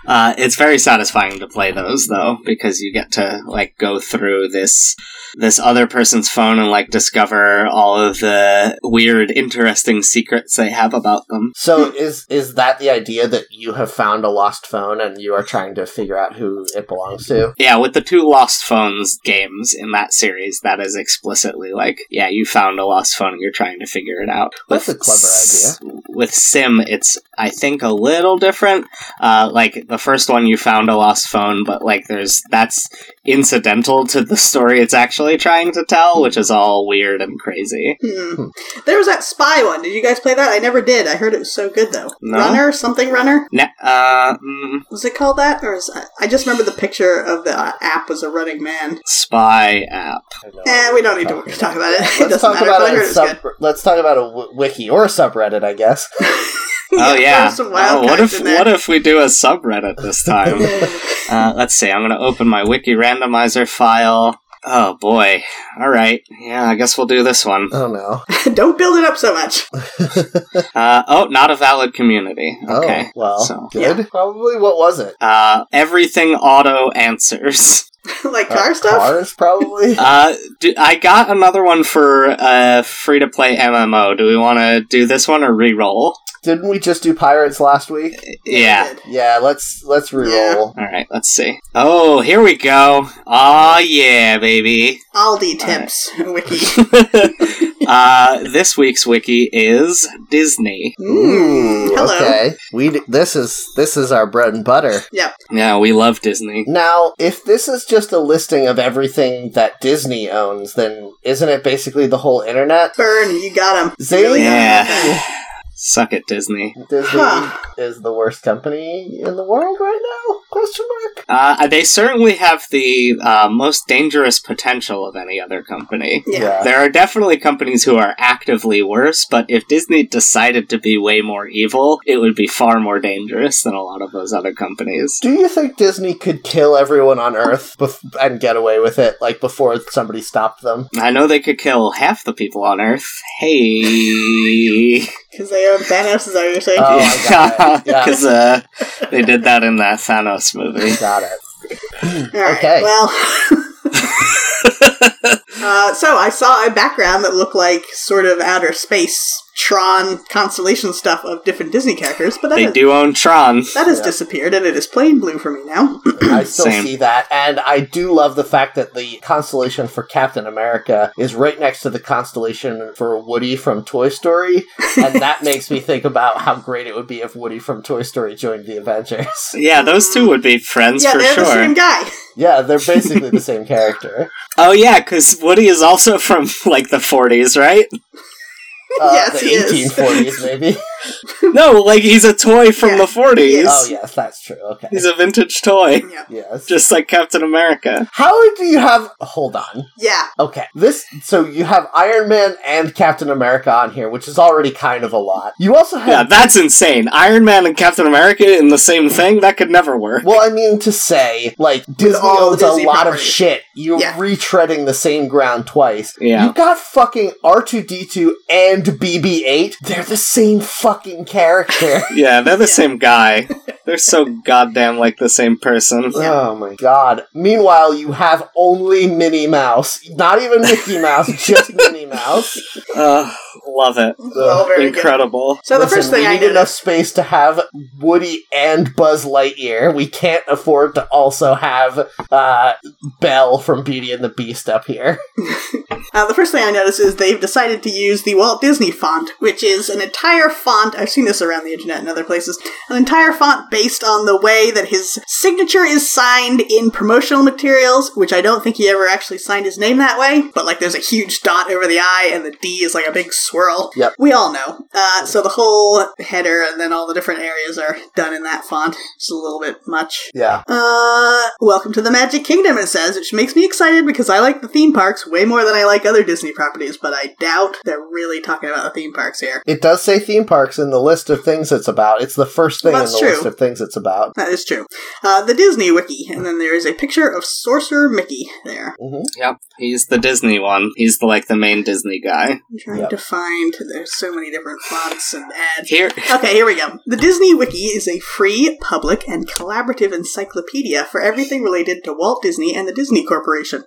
Uh, it's very satisfying to play those though, because you get to like go through this this other person's phone and like discover all of the weird, interesting secrets they have about them.
So is is that the idea that you have found a lost phone and you are trying to figure out who it belongs to?
Yeah, with the two lost phones games in that series, that is explicitly like, yeah, you found a lost phone and you're trying to figure it out.
That's
With
a clever
S- with Sim, it's I think a little different. Uh, like the first one, you found a lost phone, but like there's that's incidental to the story it's actually trying to tell, which is all weird and crazy.
Hmm. There was that spy one. Did you guys play that? I never did. I heard it was so good though.
No.
Runner, something runner.
Ne- uh, mm,
Was it called that, or is I just remember the picture of the uh, app was a running man.
spy app.
I know
Eh,
what
we don't need to
talking
talk about it. it
Let's
doesn't
talk
matter.
about
but I heard
a
it was
sub- let's talk about a w- wiki or a subreddit, I guess.
good.
Oh
there
yeah.
was some wild
Oh, what
cards
if
in there.
what if we do a subreddit this time? Uh, let's see. I'm going to open my wiki randomizer file. Oh boy. All right. Yeah, I guess we'll do this one.
Oh no.
don't build it up so much.
Uh, oh, not a valid community.
Oh
Okay.
well.
So.
Good. Probably. What was it?
Uh, everything auto answers.
like
Uh,
car stuff.
Cars, probably.
Uh, do, I got another one for uh free to play MMO. Do we want to do this one or re-roll?
Didn't we just do pirates last week?
Yeah.
Yeah, let's let's re-roll.
All right, let's see. Oh, here we go. Oh yeah, baby.
Aldi tips wiki.
uh, this week's wiki is Disney.
Mm, hello.
Okay. We d- this is this is our bread and butter.
Yep.
Yeah, we love Disney.
Now, if this is just a listing of everything that Disney owns, then isn't it basically the whole internet?
Burn, you got him.
Zay-
Yeah. Suck it, Disney.
Disney
Huh.
is the worst company in the world right now? Question mark.
Uh, they certainly have the uh, most dangerous potential of any other company.
Yeah.
There are definitely companies who are actively worse, but if Disney decided to be way more evil, it would be far more dangerous than a lot of those other companies.
Do you think Disney could kill everyone on Earth bef- and get away with it, like before somebody stopped them?
I know they could kill half the people on Earth. Hey,
Because they own Thanos' Iron Sight.
Oh, I got it. Yeah.
because uh, they did that in that Thanos movie.
Got it.
All right.
okay.
Well. uh, so I saw a background that looked like sort of outer space Tron constellation stuff of different Disney characters, but that
They
has-
do own Tron.
that has
Yeah.
disappeared, and it is plain blue for me now.
I still
Same.
see that, and I do love the fact that the constellation for Captain America is right next to the constellation for Woody from Toy Story, and that makes me think about how great it would be if Woody from Toy Story joined the Avengers.
Yeah, those two would be friends
yeah,
for
they're
sure.
the same guy.
yeah, they're basically the same character.
Oh yeah, because Woody is also from like the 40s, right?
Uh,
Yes,
the
he is.
1840s, maybe.
No, like he's a toy from
Yeah,
the 40s.
he is.
oh, yes, that's true. Okay.
He's a vintage toy,
Yeah.
Yes.
just like Captain America.
How do you have? Hold on.
Yeah.
Okay, this so you have Iron Man and Captain America on here, which is already kind of a lot. You also
Yeah,
Oh.
have
that's insane. Iron Man and Captain America in the same thing? That could never work.
well, I mean to say, like Disney
all
owns
the
a
Disney
lot of
properties.
shit. You're
Yeah.
retreading the same ground twice.
Yeah.
You got fucking R two D two and BB eight. They're the same fucking character.
Yeah, they're the
Yeah.
same guy. They're so goddamn like the same person.
Oh my god. Meanwhile, you have only Minnie Mouse. Not even Mickey Mouse, just Minnie Mouse.
Ugh, love it.
Well, very good.
Incredible.
So the
Listen,
first thing
we
I
need
did.
enough space to have Woody and Buzz Lightyear. We can't afford to also have uh, Belle from Beauty and the Beast up here.
Uh, the first thing I noticed is they've decided to use the Walt Disney font, which is an entire font. I've seen this around the internet and other places. An entire font based on the way that his signature is signed in promotional materials, which I don't think he ever actually signed his name that way. But like, there's a huge dot over the I, and the D is like a big swirl.
Yep.
We all know. Uh, so the whole header and then all the different areas are done in that font. It's a little bit much.
Yeah.
Uh, welcome to the Magic Kingdom, it says, which makes me excited because I like the theme parks way more than I like other Disney properties, but I doubt they're really talking about the theme parks here.
It does say theme parks in the list of things it's about. It's the first thing
That's
in the
true.
list of things it's about.
That is true. Uh, the Disney Wiki, and then there is a picture of Sorcerer Mickey there.
hmm
Yep, he's the Disney one. He's the, like the main Disney guy.
I'm trying
Yep.
to find, there's so many different fonts and ads.
Here,
Okay, here we go. The Disney Wiki is a free, public, and collaborative encyclopedia for everything related to Walt Disney and the Disney Corporation.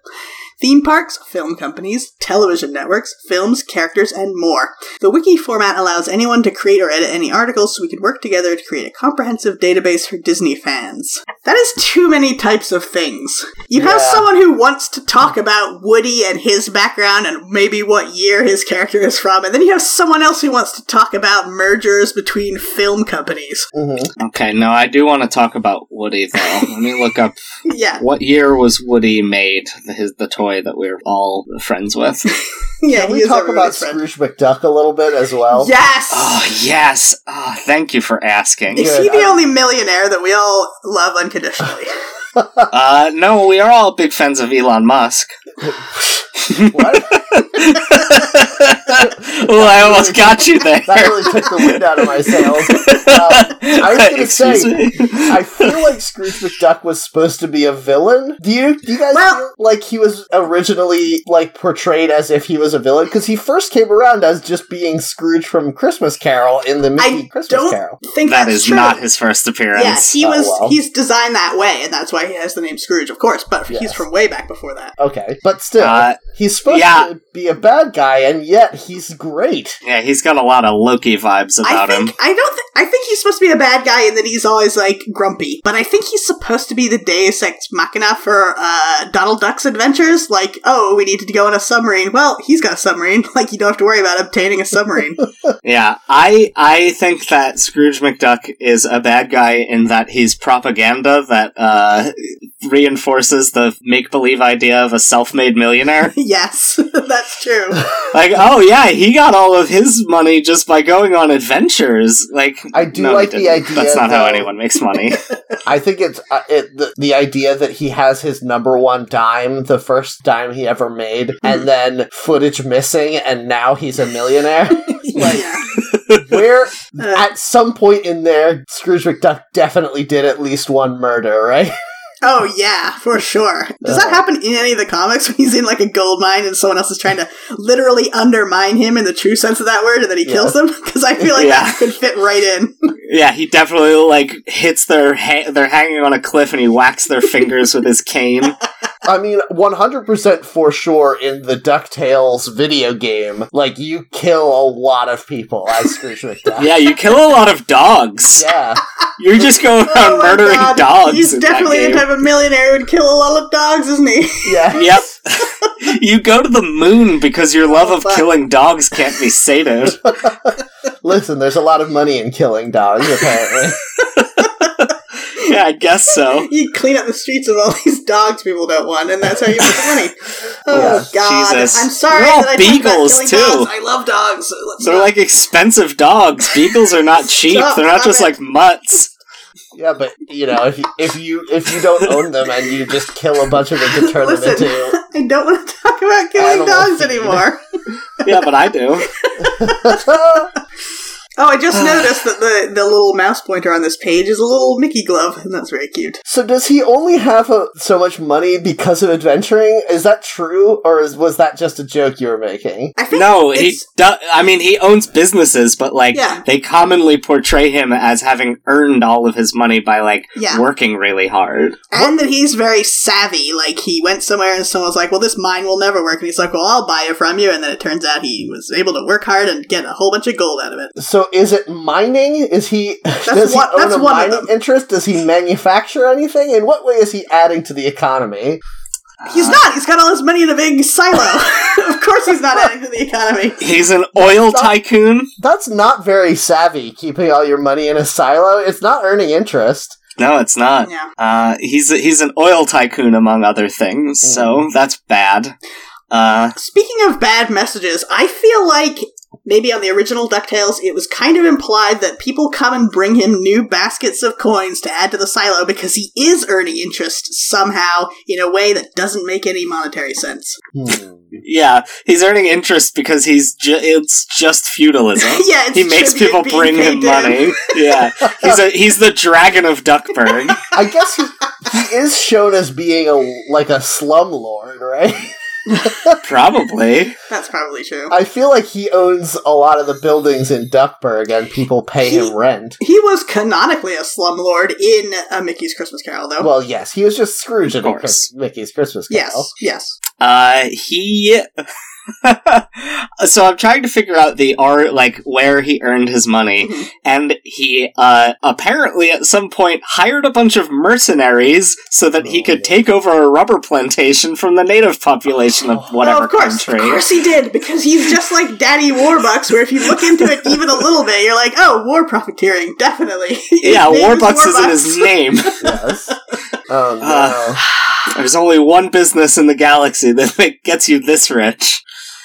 Theme parks, film companies, television networks, films, characters, and more. The wiki format allows anyone to create or edit any articles so we can work together to create a comprehensive database for Disney fans. That is too many types of things. You have
Yeah.
someone who wants to talk about Woody and his background and maybe what year his character is from, and then you have someone else who wants to talk about mergers between film companies.
hmm
okay, no, I do want to talk about Woody though. Let me look up
Yeah,
what year was Woody made? The, his the toy that we're all friends with.
yeah.
Can
he
we
is
talk
everybody's
about
friend.
Scrooge McDuck a little bit as well?
Yes.
Oh yes. Oh, thank you for asking.
Is he
Good.
the
I-
only millionaire that we all love unconditionally?
Uh, no, we are all big fans of Elon Musk.
What?
well, I almost got you there.
That really took the wind out of my sails. Um, I was gonna
Excuse
say,
me?
I feel like Scrooge McDuck was supposed to be a villain. Do you, do you guys
Well-
feel like he was originally like portrayed as if he was a villain? Because he first came around as just being Scrooge from Christmas Carol in the Mickey Christmas
don't
Carol.
think
that
that's
is
true.
not his first
Yeah,
appearance.
he
Oh,
was.
well.
He's designed that way, and that's why he has the name Scrooge, of course. But he's
Yes.
from way back before that.
Okay, but still,
Uh,
he's supposed
yeah.
to to be a bad guy, and yet he's great.
Yeah, he's got a lot of Loki vibes
I
about
think
him.
I don't. Th- I think he's supposed to be a bad guy, and that he's always like grumpy. But I think he's supposed to be the Deus Ex Machina for uh, Donald Duck's adventures. Like, oh, we needed to go on a submarine. Well, he's got a submarine. Like, you don't have to worry about obtaining a submarine.
Yeah, I I think that Scrooge McDuck is a bad guy in that he's propaganda that uh, reinforces the make believe idea of a self made millionaire.
yes, that's true.
like, oh yeah, he got all of his money just by going on adventures. Like,
I do
no, he
like the
didn't.
idea,
That's not how
though.
anyone makes money.
I think it's uh, it, the, the idea that he has his number one dime, the first dime he ever made,
Hmm.
and then footage missing, and now he's a millionaire. like,
yeah.
where
Uh,
at some point in there, Scrooge McDuck definitely did at least one murder, right?
Oh yeah, for sure. Does
Uh.
that happen in any of the comics when he's in like a gold mine and someone else is trying to literally undermine him in the true sense of that word and then he kills them? Because I feel like
Yeah.
that could fit right in.
yeah, he definitely like hits their ha- they're hanging on a cliff and he whacks their fingers with his cane.
I mean, 100% for sure in the DuckTales video game, like, you kill a lot of people as Scrooge McDuck.
Yeah, you kill a lot of dogs.
Yeah.
You're just going around
Oh my
murdering
God.
dogs.
He's
in that
definitely the
game.
type of millionaire who'd kill a lot of dogs, isn't he?
Yeah.
Yep. you go to the moon because your love of
fuck.
killing dogs can't be sated.
Listen, there's a lot of money in killing dogs, apparently.
yeah, I guess so.
you clean up the streets of all these dogs people don't want, and that's how you make the money. Oh
Yeah.
God!
Jesus.
I'm sorry
They're all
that I talked about
beagles,
killing
too.
dogs. I love dogs. Let's
They're
not-
like expensive dogs. Beagles are not cheap.
Stop,
They're not
stop
just
it.
like mutts.
Yeah, but you know, if you, if you if you don't own them and you just kill a bunch of them to turn them
Listen,
into
I don't want to talk about
Animal
killing dogs
feed.
anymore.
Yeah, but I do.
Oh, I
Uh.
just noticed that the, the little mouse pointer on this page is a little Mickey glove, and that's very cute.
So does he only have a, so much money because of adventuring? Is that true or is, was that just a joke you were making?
I think
No, he
it's-
does. I mean, he owns businesses, but like
Yeah.
they commonly portray him as having earned all of his money by like
Yeah.
working really hard.
and that he's very savvy. Like he went somewhere and someone's like, "Well, this mine will never work," and he's like, "Well, I'll buy it from you." And then it turns out he was able to work hard and get a whole bunch of gold out of it.
So is it mining? Is he does he
one-
own
that's
a
one of
mining
them.
interest? Does he manufacture anything? In what way is he adding to the economy?
Uh,
He's not. He's got all his money in a big silo. of course, he's not adding to the economy.
He's an oil
Stop.
tycoon.
That's not very savvy. Keeping all your money in a silo. It's not earning interest.
No, it's not.
Yeah.
Uh, he's he's an oil tycoon among other things.
Mm.
So that's bad. Uh,
Speaking of bad messages, I feel like maybe on the original DuckTales, it was kind of implied that people come and bring him new baskets of coins to add to the silo because he is earning interest somehow in a way that doesn't make any monetary sense.
Hmm.
yeah, he's earning interest because he's ju- it's just feudalism.
yeah, it's
he makes
tribute
people
being
bring him
paid to
money. yeah, he's a, he's the dragon of Duckburg.
I guess he, he is shown as being a like a slumlord, right?
Probably.
That's probably true.
I feel like he owns a lot of the buildings in Duckburg, and people pay him
He-
rent.
he was canonically a slumlord in uh, Mickey's Christmas Carol, though.
Well, yes, he was just Scrooge in
Of course.
Chris- Mickey's Christmas Carol.
yes, yes.
Uh, he. so I'm trying to figure out the art, like where he earned his money,
Mhm.
and he uh, apparently at some point hired a bunch of mercenaries so that he
Oh,
could
yeah.
take over a rubber plantation from the native population of whatever
oh, of course,
country.
of course he did, because he's just like Daddy Warbucks. Where if you look into it even a little bit, you're like, oh, war profiteering, definitely. His
Yeah,
name is
Warbucks is in his
Warbucks.
name.
Yes. Oh no.
Uh, There's only one business in the galaxy that make- gets you this rich.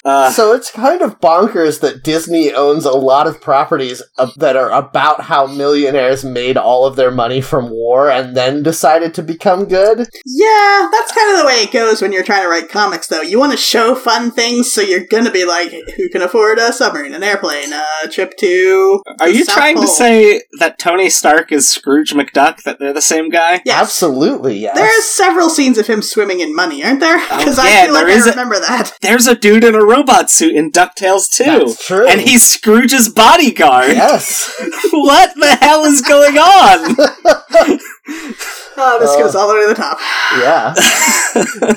Uh,
so it's kind of bonkers that Disney owns a lot of properties uh, that are about how millionaires made all of their money from war and then decided to become good.
Yeah, that's kind of the way it goes when you're trying to write comics, though. You want to show fun things, so you're gonna be like, who can afford a submarine, an airplane, a trip to.
are
the
you
South
trying to
Pole?"
say that Tony Stark is Scrooge McDuck? That they're the same guy?
Yes.
Absolutely, yes.
There's several scenes of him swimming in money, aren't there? Because
Oh, yeah,
I feel like
there is
I
a-
remember that.
There's a dude in a robot suit in DuckTales too,
That's true.
and he's Scrooge's bodyguard.
Yes.
what the hell is going on?
Oh, this
Uh,
Oh,
Uh,
goes all the way to the top.
Yeah.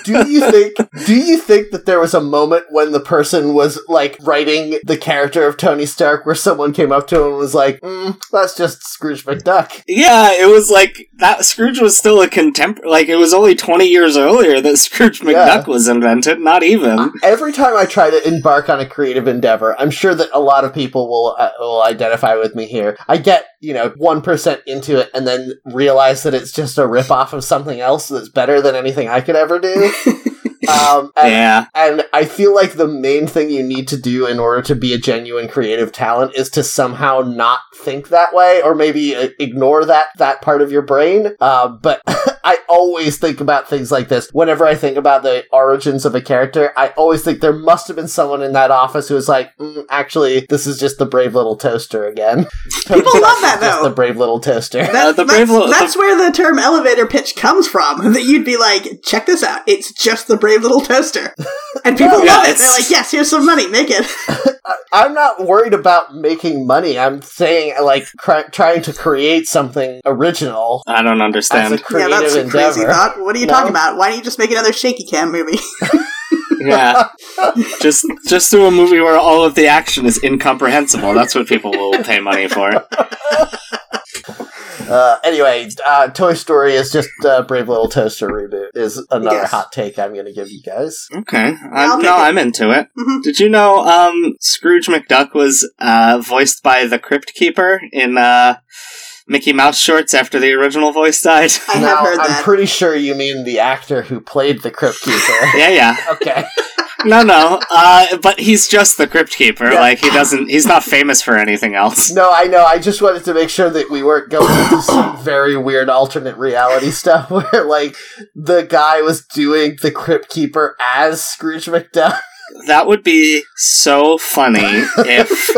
do you think do you think that there was a moment when the person was like writing the character of Tony Stark where someone came up to him and was like, mm, that's just Scrooge McDuck.
Yeah, it was like that Scrooge was still a contemporary. Like, it was only 20 years earlier that Scrooge
Yeah.
McDuck was invented, not even.
Every time I try to embark on a creative endeavor, I'm sure that a lot of people will uh, will identify with me here. I get, you know, 1% into it and then realize that it's just a rip off of something else that's better than anything I could ever do. um, and
yeah.
And I feel like the main thing you need to do in order to be a genuine creative talent is to somehow not think that way, or maybe uh, ignore that that part of your brain. Uh, but I always think about things like this whenever I think about the origins of a character. I always think there must have been someone in that office who was like, mm, "Actually, this is just the brave little toaster again."
People love that,
Just
though.
the brave little toaster.
That-
Uh, the
that's,
Brave Little-
that's where the term elevator pitch comes from. That you'd be like, check this out. It's just the brave little toaster. And people
Yeah,
love it.
it's-
They're like, yes, here's some money. Make it.
I'm not worried about making money. I'm saying like cr- trying to create something original.
I don't
As a
understand.
yeah,
creative
that's a
endeavor.
crazy thought. What are you
No.
talking about? Why don't you just make another shaky cam movie?
yeah. Just just do a movie where all of the action is incomprehensible. That's what people will pay money for.
Uh, anyway, uh, Toy Story is just uh, Brave Little Toaster reboot is another
Yes.
hot take I'm going to give you guys.
Okay.
I'll
I'm, no,
take it.
I'm into it.
Mhm.
Did you know um, Scrooge McDuck was uh, voiced by the Crypt Keeper in uh, Mickey Mouse shorts after the original voice died?
I
now,
have heard
I'm
that.
pretty sure you mean the actor who played the Crypt Keeper.
yeah, yeah.
okay.
No, no. Uh, but he's just the Crypt Keeper.
Yeah.
Like, he doesn't, he's not famous for anything else.
No, I know. I just wanted to make sure that we weren't going into some very weird alternate reality stuff where, like, the guy was doing the Crypt Keeper as Scrooge McDuck.
That would be so funny if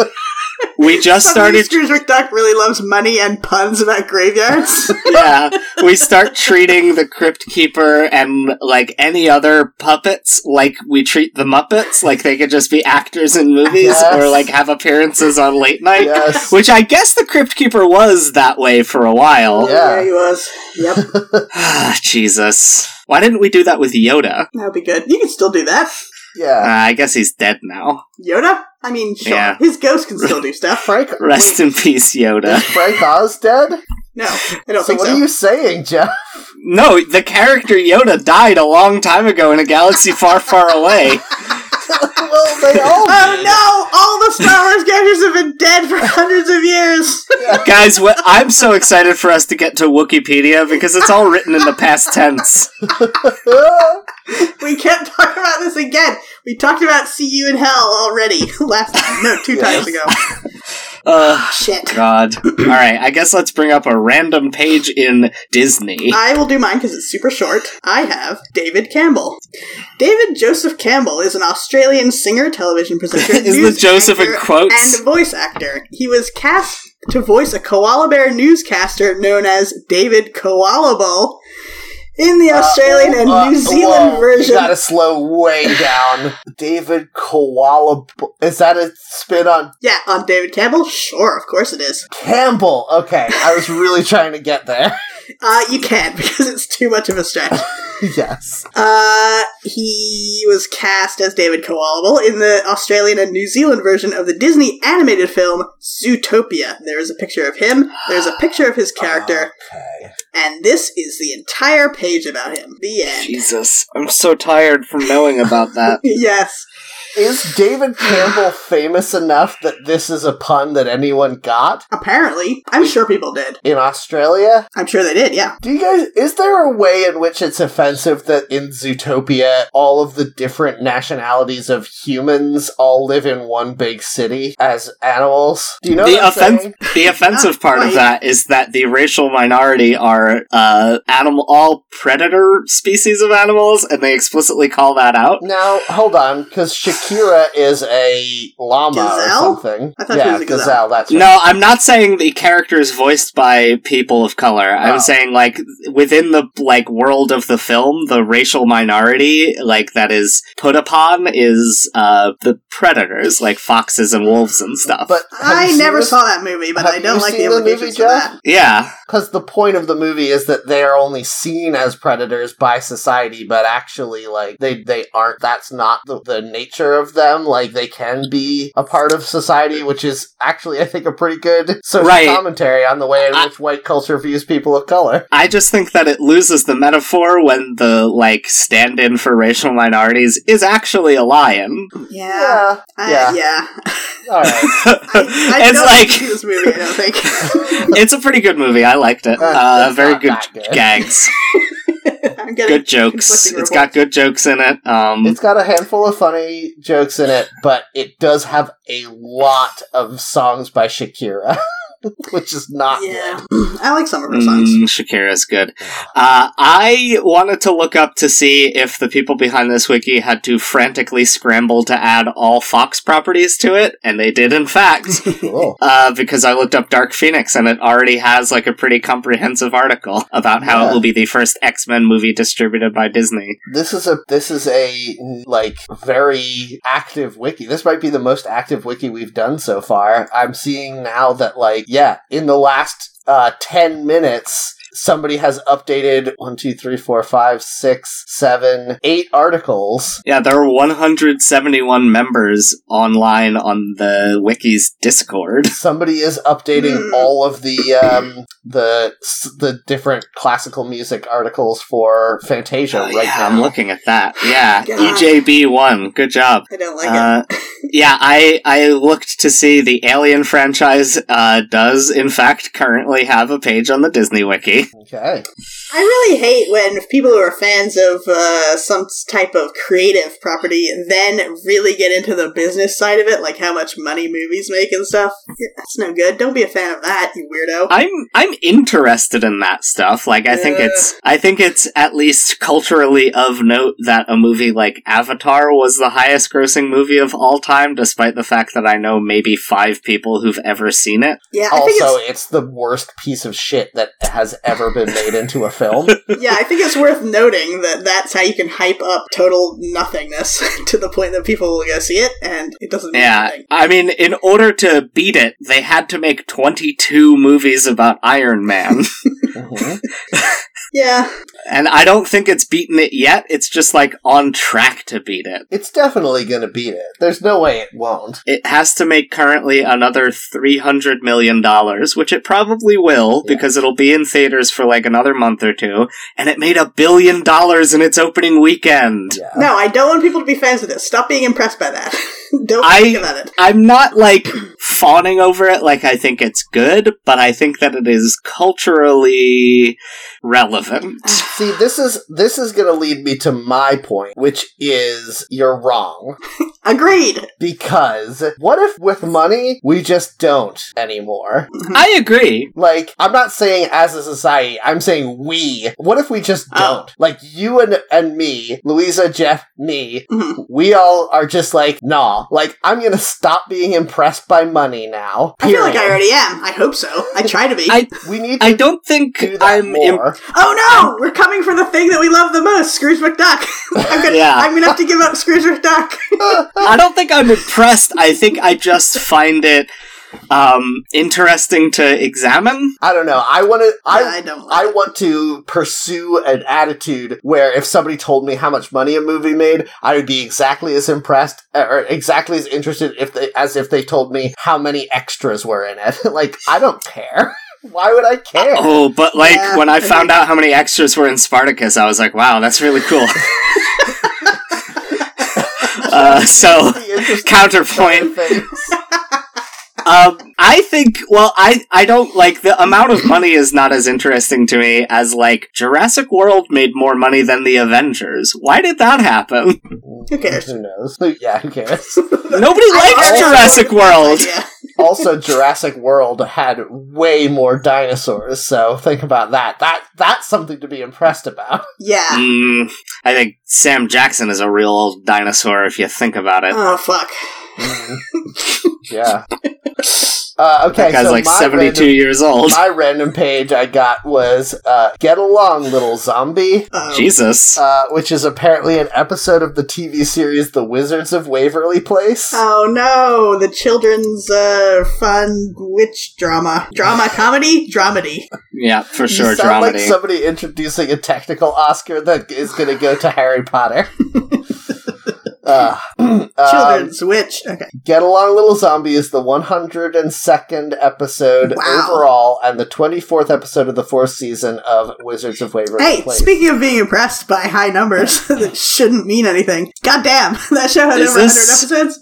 we just
Somebody
started
Scrooge McDuck really loves money and puns about graveyards.
yeah, we start treating the Crypt Keeper and like any other puppets like we treat the Muppets, like they could just be actors in movies
Yes.
or like have appearances on late night.
Yes.
Which I guess the Crypt Keeper was that way for a while.
Yeah.
he was. Yep,
Ah, Jesus. Why didn't we do that with Yoda?
that'll be good. You can still do that.
Uh,
Yeah.
I guess he's dead now.
Yoda? I mean, sure.
Yeah.
His ghost can still do stuff.
Frank.
Rest in peace, Yoda.
Is Frank Oz dead?
No, I don't
So
think
what
so.
are you saying, Jeff?
No, the character Yoda died a long time ago in a galaxy far, far away.
well, they all
Oh no! All the Star Wars characters have been dead for hundreds of years.
Guys, wh- I'm so excited for us to get to Wikipedia because it's all written in the past tense.
We can't talk about this again. We talked about See You in Hell already last time. No, two times ago.
Ugh,
Shit.
God. All right, I guess let's bring up a random page in Disney.
I will do mine because it's super short. I have David Campbell. David Joseph Campbell is an Australian singer, television presenter,
Is the
news
Joseph in
anchor,
quotes?
and voice actor. He was cast to voice a koala bear newscaster known as David Koala Bull in the Australian and
Uh,
New Zealand
whoa,
version.
You gotta slow way down. David Koala. Is that a spin on
Yeah, on David Campbell? Sure, of course it is.
Campbell? Okay, I was really trying to get there.
Uh, you can't because it's too much of a stretch.
yes.
Uh, he was cast as David Coalable in the Australian and New Zealand version of the Disney animated film Zootopia. There is a picture of him, there's a picture of his
Uh-huh.
character,
Okay.
and this is the entire page about him. The end.
Jesus, I'm so tired from knowing about that.
yes.
Is David Campbell famous enough that this is a pun that anyone got
Apparently. I'm sure people did.
in Australia?
I'm sure they did, yeah.
Do you guys? Is there a way in which it's offensive that in Zootopia all of the different nationalities of humans all live in one big city as animals? Do you know
the
what I'm
offen-
saying?
the offensive part of
quite.
that is that the racial minority are uh, animal all predator species of animals, and they explicitly call that out.
Now, hold on, because Shakira is a llama
Gazelle?
or something.
I thought she
yeah,
was a gazelle.
That's right.
No, I'm not saying the character is voiced by people of color.
Oh.
I'm saying like within the like world of the film, the racial minority like that is put upon is uh the predators, like foxes and wolves and stuff.
But have you
I
seen
never
this?
saw that movie, but
Have
I don't
you
like the
seen the movie,
implications of
Jeff?
that.
yeah,
because the point of the movie is that they are only seen as predators by society, but actually, like they they aren't. That's not the, the nature of them. Like they can be a part of society, which is actually, I think, a pretty good social
Right.
commentary on the way in
I-
which white culture views people of color.
I just think that it loses the metaphor when the like stand-in for racial minorities is actually a lion.
Yeah. I-
Yeah.
yeah.
All right.
I, I
it's
don't
like
like this movie. I don't think
it's a pretty good movie. I liked it.
That's-
Uh,
that's
very
not
good,
that good.
gags,
I'm getting
good jokes.
conflicting
It's got good jokes in it. Um,
It's got a handful of funny jokes in it, but it does have a lot of songs by Shakira, which is not
yeah.
good.
I like some of her songs.
Mm, Shakira's good. Uh, I wanted to look up to see if the people behind this wiki had to frantically scramble to add all Fox properties to it, and they did, in fact.
Cool.
Uh, because I looked up Dark Phoenix and it already has like a pretty comprehensive article about how
Yeah.
it will be the first X Men movie distributed by Disney.
This is a this is a like very active wiki. This might be the most active wiki we've done so far. I'm seeing now that like yeah, in the last uh, ten minutes. Somebody has updated one, two, three, four, five, six, seven, eight articles.
Yeah, there are 171 members online on the wiki's Discord.
Somebody is updating
Hmm.
all of the um, the s- the different classical music articles for Fantasia
Oh,
right
yeah,
now.
I'm looking at that. Yeah,
God.
EJB one. Good job.
I don't like
Uh,
it.
Yeah, I I looked to see the Alien franchise uh, does in fact currently have a page on the Disney Wiki.
Okay.
I really hate when people who are fans of uh, some type of creative property then really get into the business side of it, like how much money movies make and stuff. Yeah, That's no good. Don't be a fan of that, you weirdo.
I'm I'm interested in that stuff. Like I think
Yeah.
it's I think it's at least culturally of note that a movie like Avatar was the highest grossing movie of all time, despite the fact that I know maybe five people who've ever seen it.
yeah, I think
Also,
it's
it's-, the worst piece of shit that has ever been made into a film.
yeah, I think it's worth noting that that's how you can hype up total nothingness to the point that people will go see it, and it doesn't mean
Yeah,
anything.
I mean, in order to beat it, they had to make 22 movies about Iron Man.
Mhm.
Yeah,
and I don't think it's beaten it yet. It's just like on track to beat it.
It's definitely going to beat it. There's no way it won't.
It has to make currently another $300 million, which it probably will
Yeah.
because it'll be in theaters for like another month or two. And it made a billion dollars in its opening weekend.
Yeah.
no, I don't want people to be fans of this. Stop being impressed by that. don't
I-
think about it.
I'm not like fawning over it like I think it's good, but I think that it is culturally relevant.
See, this is this is going to lead me to my point, which is you're wrong
Agreed.
because what if with money we just don't anymore?
I agree.
Like, I'm not saying as a society, I'm saying we. What if we just
Oh.
don't? Like you and and me, Louisa, Jeff, me,
Mhm.
we all are just like, nah, like I'm gonna stop being impressed by money now.
I feel like I
period.
already am. I hope so. I try to be.
I-
we need to
I don't think
do that
I'm im-
more.
oh no! We're coming for the thing that we love the most, Scrooge McDuck. I'm gonna,
Yeah.
I'm gonna have to give up Scrooge McDuck.
I don't think I'm impressed. I think I just find it um, interesting to examine.
I don't know. I wanna I
I don't.
I want to pursue an attitude where if somebody told me how much money a movie made, I would be exactly as impressed uh, or exactly as interested if they, as if they told me how many extras were in it. like I don't care. Why would I care?
Oh, but like
Yeah,
when I
I
found out how many extras were in Spartacus, I was like, wow, that's really cool. uh, so,
The interesting
counterpoint.
things.
Um, I think, well, I, I don't like the amount of money is not as interesting to me as like Jurassic World made more money than the Avengers. Why did that happen?
Who cares?
Who knows? Yeah, who cares?
Nobody liked
also-
Jurassic World.
Yeah.
also Jurassic World had way more dinosaurs, so think about that. That that's something to be impressed about.
Yeah.
Mm, I think Sam Jackson is a real old dinosaur if you think about it.
Oh fuck.
Yeah. Uh, okay,
that guy's
so
like
my
72
random-
years old.
My random page I got was uh, "Get Along, Little Zombie,"
Um,
Jesus.
uh, which is apparently an episode of the TV series "The Wizards of Waverly Place."
Oh no, the children's uh, fun witch drama. Drama comedy? Dramedy.
yeah, for
You
sure,
sound
dramedy.
like somebody introducing a technical Oscar that is going to go to Harry Potter. uh, um,
Children's witch. Okay.
Get Along Little Zombie is the 102nd episode
Wow.
overall and the 24th episode of the fourth season of Wizards of Waverly
Hey,
Place.
speaking of being impressed by high numbers that shouldn't mean anything, goddamn, that show had
Is
over 100
this-
episodes?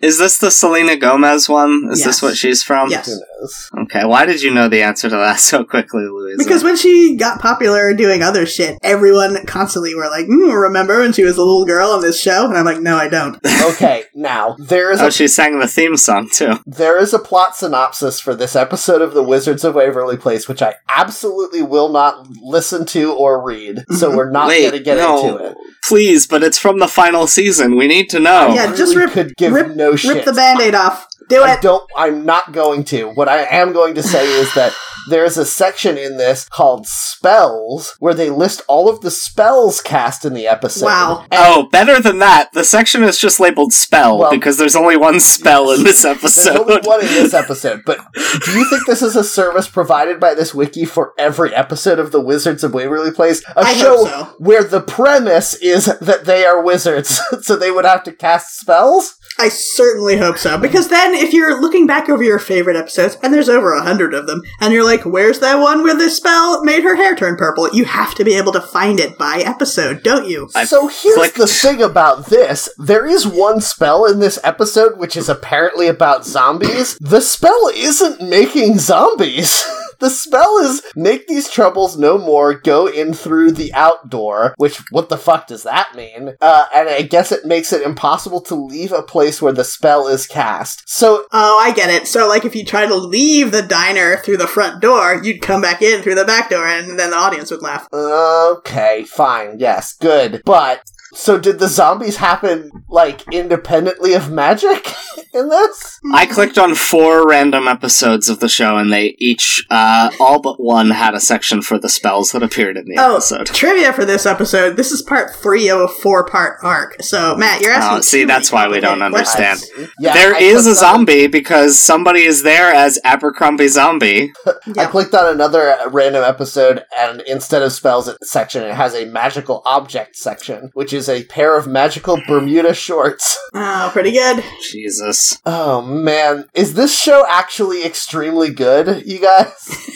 Is this the Selena Gomez one? Is
Yes.
this what she's from?
Yes.
Who knows?
Okay, why did you know the answer to that so quickly, Louisa?
Because when she got popular doing other shit, everyone constantly were like, mm, remember when she was a little girl on this show? And I'm like, no, I don't.
Okay, now there is
Oh,
a
she sang the theme song too.
there is a plot synopsis for this episode of The Wizards of Waverly Place, which I absolutely will not listen to or read. So we're not
Wait,
going to get
no,
into it.
please, but it's from the final season. We need to know.
Yeah,
I
just
really
rip-
could give
rip-
no shit.
Rip the band aid off. Do
I
it.
don't. I'm not going to. What I am going to say is that there is a section in this called spells where they list all of the spells cast in the episode.
Wow.
And
Oh, better than that. The section is just labeled spell
Well-
because there's only one spell in this
There's
episode.
only one in this episode, but do you think this is a service provided by this wiki for every episode of The Wizards of Waverly Place? A
I
show
hope so.
where the premise is that they are wizards, so they would have to cast spells?
I certainly hope so. Because then, if you're looking back over your favorite episodes, and there's over a hundred of them, and you're like, where's that one where the spell made her hair turn purple? You have to be able to find it by episode, don't you?
I
so here's
clicked.
the thing about this. There is one spell in this episode which is apparently about zombies. The spell isn't making zombies. The spell is make these troubles no more, go in through the outdoor, which what the fuck does that mean? Uh, and I guess it makes it impossible to leave a place where the spell is cast. So
Oh, I get it. So, like, if you try to leave the diner through the front door, you'd come back in through the back door, and then the audience would laugh.
Okay, fine, yes, good. But so did the zombies happen like independently of magic in this?
I clicked on four random episodes of the show, and they each, uh, all but one, had a section for the spells that appeared in the
Oh,
episode.
trivia for this episode. This is part three of a four part arc. So, Matt, you're asking.
Oh, see,
too
that's
many
why we don't
complicated
I
Understand.
see. Yeah,
there
I
is a
clicked on-
zombie because somebody is there as Abercrombie Zombie.
questions.
I clicked on another uh, random episode, and instead of spells it- section, it has a magical object section, which is a pair of magical Bermuda shorts.
Yeah. Oh, pretty good.
Jesus.
Oh man, is this show actually extremely good, you guys?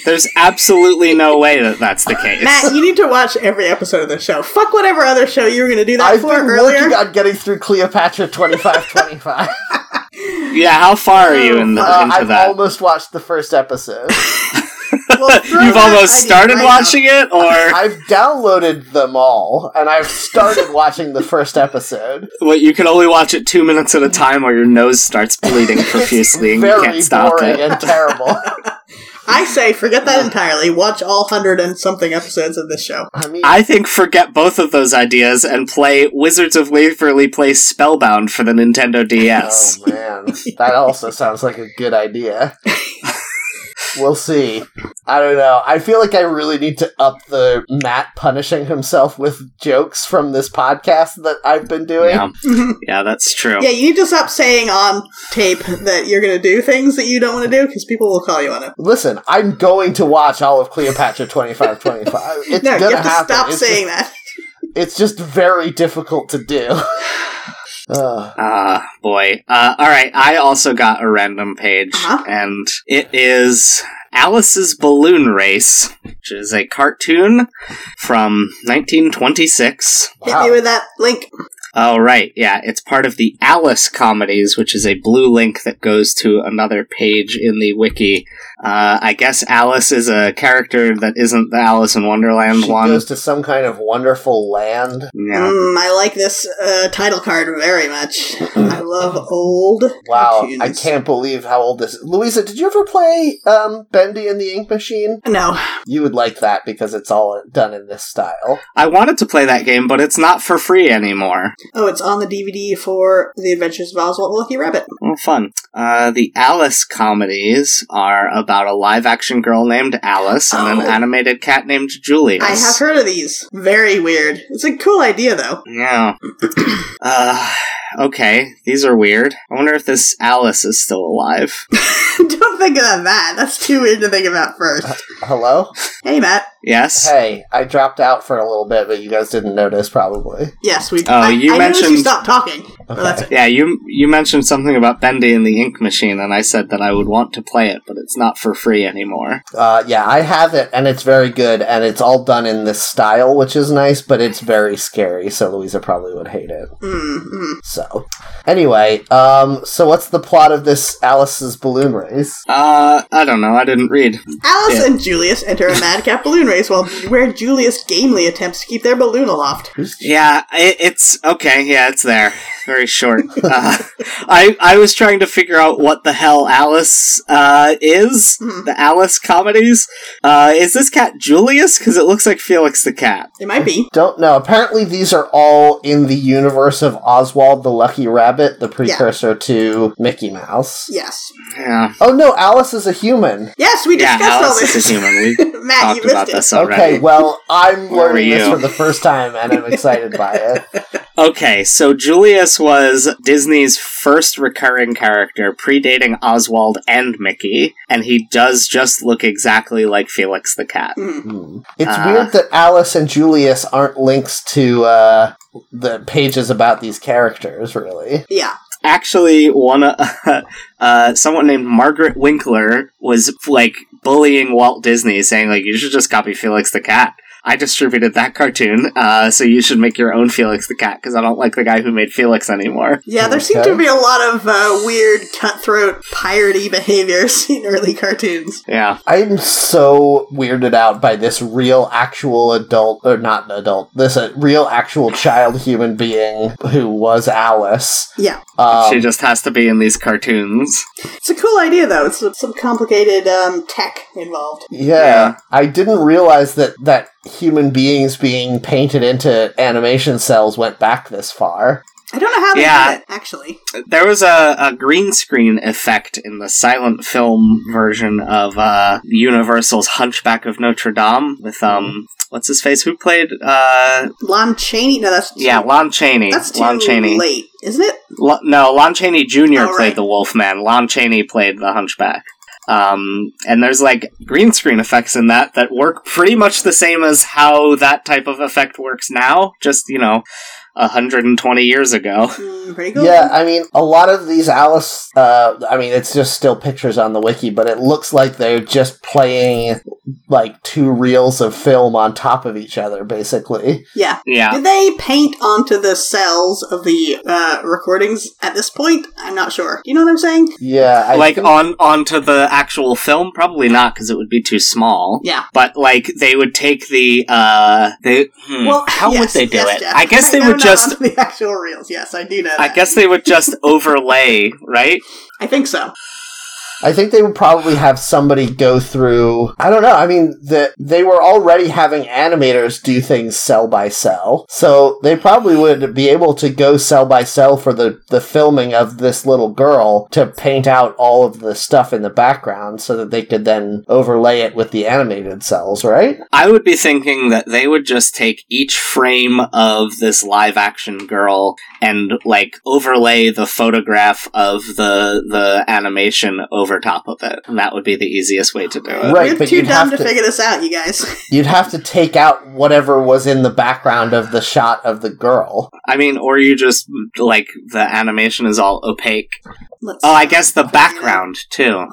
There's absolutely no way that that's the case.
Matt, you need to watch every episode of the show. Fuck whatever other show you were going to do that
I've
for
been
earlier.
working on getting through Cleopatra twenty five twenty five.
yeah, how far are you in the,
Uh,
into
I've
that?
almost watched the first episode.
Well, throw
You've
that
almost
idea
started
right
watching it, or
I've downloaded them all, and I've started watching the first episode.
what? You can only watch it two minutes at a time, or your nose starts bleeding profusely and you
Very
can't stop
boring
it.
and terrible.
up. I say forget that entirely. Watch all hundred and something episodes of this show.
I mean,
I think forget both of those ideas and play Wizards of Waverly Place Spellbound for the Nintendo DS.
oh man, that also sounds like a good idea. We'll see. I don't know. I feel like I really need to up the Matt punishing himself with jokes from this podcast that I've been doing.
yeah, yeah, that's true.
Yeah, you need to stop saying on tape that you're going to do things that you don't want to do because people will call you on it.
Listen, I'm going to watch all of Cleopatra 2525. It's
No, you
gonna
have to
happen.
stop
It's just-
saying that.
it's just very difficult to do. Ugh.
Ah, boy. Uh, all right, I also got a random page,
Uh-huh.
and it is Alice's Balloon Race, which is a cartoon from 1926.
Wow.
Hit me with that link.
Oh, right, yeah, it's part of the Alice Comedies, which is a blue link that goes to another page in the wiki. Uh, I guess Alice is a character that isn't the Alice in Wonderland
she
one.
goes to some kind of wonderful land.
yeah.
Mm, I like this uh, title card very much. I love old.
Wow,
cartoons.
I can't believe how old this. Louisa, did you ever play um, Bendy and the Ink Machine?
No,
You would like that because it's all done in this style.
I wanted to play that game, but it's not for free anymore.
Oh, it's on the DVD for The Adventures of Oswald the Lucky Rabbit.
Well, fun. Uh, the Alice comedies are about a live action girl named Alice and
Oh.
an animated cat named Julius.
I have heard of these. Very weird. It's a cool idea, though.
Yeah. uh, okay, these are weird. I wonder if this Alice is still alive.
Don't think of that. That's too weird to think about
Uh,
first.
Hello?
Hey, Matt.
Yes?
Hey, I dropped out for a little bit, but you guys didn't notice probably.
Yes, we.
Oh,
I,
you
I noticed you
mentioned-
stopped talking. Well,
Okay.
that's it.
Yeah, you you mentioned something about Bendy and the Ink Machine, and I said that I would want to play it, but it's not for free anymore.
Uh, yeah, I have it, and it's very good, and it's all done in this style, which is nice, but it's very scary, so Louisa probably would hate it.
Mm, mm.
So, anyway, um, so what's the plot of this Alice's balloon race?
Uh, I don't know. I didn't read.
Alice
Yeah.
and Julius enter a madcap balloon race while where Julius gamely attempts to keep their balloon aloft.
Yeah, it, it's okay. Yeah, it's there. Very short. Uh, I I was trying to figure out what the hell Alice uh, is.
Mhm.
The Alice comedies. Uh, is this cat Julius? Because it looks like Felix the cat.
It might be.
Don't know. Apparently, these are all in the universe of Oswald the Lucky Rabbit, the precursor to Mickey Mouse.
Yes.
Yeah,
Oh no, Alice is a human.
Yes, we
yeah.
discussed all
Alice
this.
is a human. We
Matt, you
talked about
missed it.
this already.
Okay, well, I'm
Where were
learning this
you?
for the first time, and I'm excited by it.
Okay, so Julius was Disney's first recurring character, predating Oswald and Mickey, and he does just look exactly like Felix the Cat.
Mm.
Hmm. It's
Uh.
weird that Alice and Julius aren't links to uh, the pages about these characters, really.
Yeah.
Actually, one uh, uh, someone named Margaret Winkler was like bullying Walt Disney, saying like you should just copy Felix the Cat. I distributed that cartoon, uh, so you should make your own Felix the Cat because I don't like the guy who made Felix anymore.
Yeah, there seemed
Okay.
to be a lot of uh, weird, cutthroat, piratey behaviors in early cartoons.
Yeah,
I'm so weirded out by this real, actual adult, or not an adult, this uh, real, actual child human being who was Alice.
Yeah.
Um,
she just has to be in these cartoons.
It's a cool idea, though. It's some complicated um, tech involved.
Yeah.
Yeah.
I didn't realize that that human beings being painted into animation cells went back this far.
I don't know how they
Yeah.
did it, actually.
there was a, a green screen effect in the silent film version of uh, Universal's Hunchback of Notre Dame with
Mm-hmm.
um what's his face who played uh
Lon Chaney? No, that's
yeah Lon Chaney
that's too
Lon Chaney
late, isn't it?
Lo- no Lon Chaney Jr.
Oh,
played
right.
the Wolfman Lon Chaney played the Hunchback um and there's like green screen effects in that that work pretty much the same as how that type of effect works now just you know 120 years ago
Mm, pretty cool.
Yeah, I mean, a lot of these Alice, uh, I mean, it's just still pictures on the wiki, but it looks like they're just playing like two reels of film on top of each other, basically.
yeah.
yeah
Did they paint onto the cells of the uh, recordings at this point? I'm not sure. You know what I'm saying?
Yeah, I
like
think-
on onto the actual film probably not because it would be too small
Yeah.
but like they would take the uh they hmm,
Well,
how would
yes,
they do
yes,
it
Jeff.
i guess they
No,
would
no,
just
onto the actual reels. Yes, I do know.
i
that.
guess they would just overlay right
I think
Uh,
so.
I think they would probably have somebody go through. I don't know. I mean, the, they were already having animators do things cell by cell, so they probably would be able to go cell by cell for the the filming of this little girl to paint out all of the stuff in the background, so that they could then overlay it with the animated cells, right?
i would be thinking that they would just take each frame of this live action girl and like overlay the photograph of the the animation over top of it and that would be the easiest way to do it
Right,
We're
but
too
you'd
dumb
have to-
figure this out, you guys.
You'd have to take out whatever was in the background of the shot of the girl.
i mean or you just like the animation is all opaque
Let's-
Oh, I guess the background too.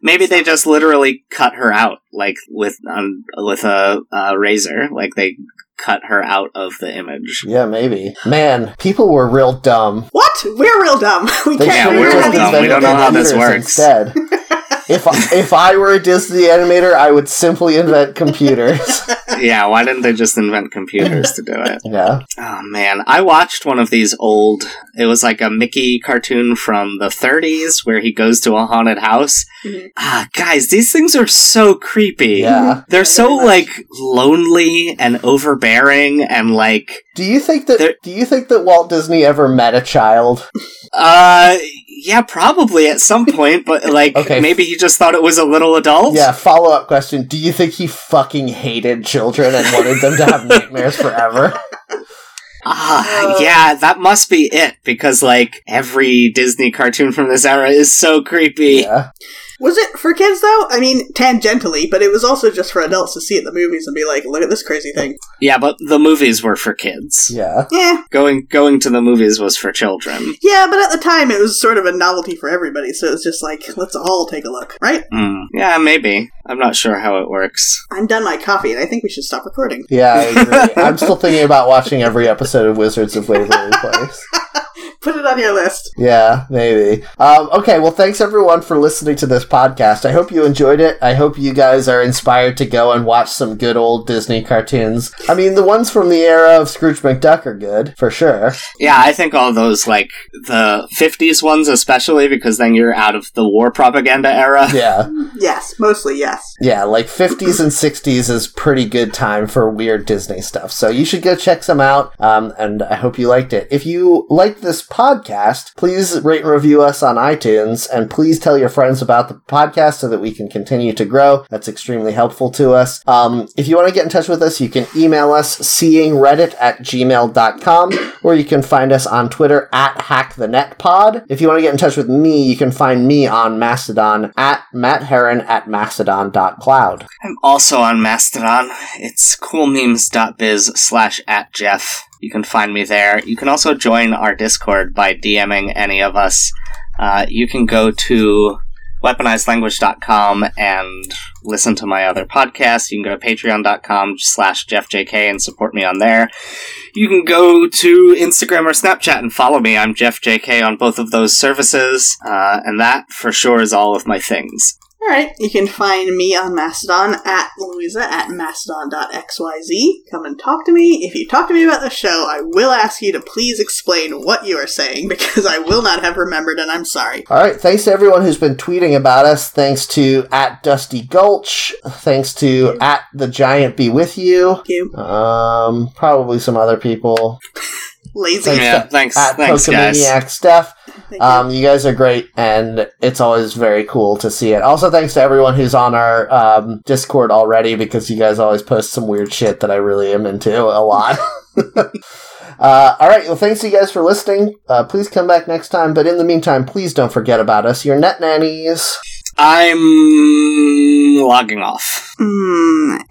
Maybe they just literally cut her out, like with um, with a uh, razor. Like they cut her out of the image.
Yeah, maybe. Man, people were real dumb.
What? We're real dumb. We
They
Yeah,
can't
should've
we're
figure
real
out
just
dumb.
these
We don't know how this
invented computers
works.
Instead. if I, if I were a Disney animator, I would simply invent computers.
yeah, why didn't they just invent computers to do it?
yeah.
Oh man, I watched one of these old. It was like a Mickey cartoon from the 30s where he goes to a haunted house.
Mhm.
Ah, guys, these things are so creepy.
Yeah.
They're
Yeah,
so
very much.
like lonely and overbearing and like
Do you think that
There-
do you think that Walt Disney ever met a child?
uh yeah, probably at some point, but like
Okay.
maybe he just thought it was a little adult.
Yeah, follow-up question. Do you think he fucking hated children and wanted them to have nightmares forever?
Ah,
Uh.
yeah, that must be it because like every Disney cartoon from this era is so creepy.
Yeah.
Was it for kids though? I mean, tangentially, but it was also just for adults to see at the movies and be like, "Look at this crazy thing."
Yeah, but the movies were for kids.
Yeah.
Yeah,
Going going to the movies was for children.
yeah, but at the time it was sort of a novelty for everybody, so it's just like, let's all take a look, right?
Hmm.
Mm. Yeah, maybe. I'm not sure how it works.
I'm done my coffee, and I think we should stop recording.
Yeah, I agree. I'm still thinking about watching every episode of Wizards of Waverly Place.
Put it on your list.
Yeah, maybe. Um, okay, well, thanks everyone for listening to this podcast. I hope you enjoyed it. I hope you guys are inspired to go and watch some good old Disney cartoons. I mean, the ones from the era of Scrooge McDuck are good, for sure.
Yeah, I think all those like the 50s ones especially because then you're out of the war propaganda era.
Yeah.
Yes, mostly yes.
Yeah, like 50s and 60s is pretty good time for weird Disney stuff. So you should go check some out. Um, and I hope you liked it. If you liked this podcast, please rate and review us on iTunes and please tell your friends about the podcast so that we can continue to grow. That's extremely helpful to us. Um, if you want to get in touch with us, you can email us seeingreddit at gmail.com or you can find us on Twitter at hackthenetpod. If you want to get in touch with me, you can find me on Mastodon at mattherron at mastodon.cloud.
I'm also on Mastodon. It's coolmemes.biz slash at Jeff. You can find me there. You can also join our Discord by DMing any of us. Uh, you can go to weaponizedlanguage.com and listen to my other podcasts. You can go to patreon.com slash jeffjk and support me on there. You can go to Instagram or Snapchat and follow me. I'm jeffjk on both of those services. Uh, and that, for sure, is all of my things.
All right, you can find me on Mastodon at Louisa at mastodon.xyz. Come and talk to me. If you talk to me about the show, I will ask you to please explain what you are saying because I will not have remembered and I'm sorry.
All right. Thanks to everyone who's been tweeting about us. Thanks to at Dusty Gulch. Thanks to at the Giant Be With You.
Thank you.
Um, probably some other people.
Lazy.
Thanks,
Yeah,
Jeff.
thanks.
At
Thanks, guys.
Pokemaniac Steph.
Thank you.
Um, you guys are great, and it's always very cool to see it. Also, thanks to everyone who's on our um, Discord already because you guys always post some weird shit that I really am into a lot. Uh, all right, well, thanks you guys for listening. Uh, please come back next time, but in the meantime, please don't forget about us. Your net nannies.
I'm logging off.
Mm,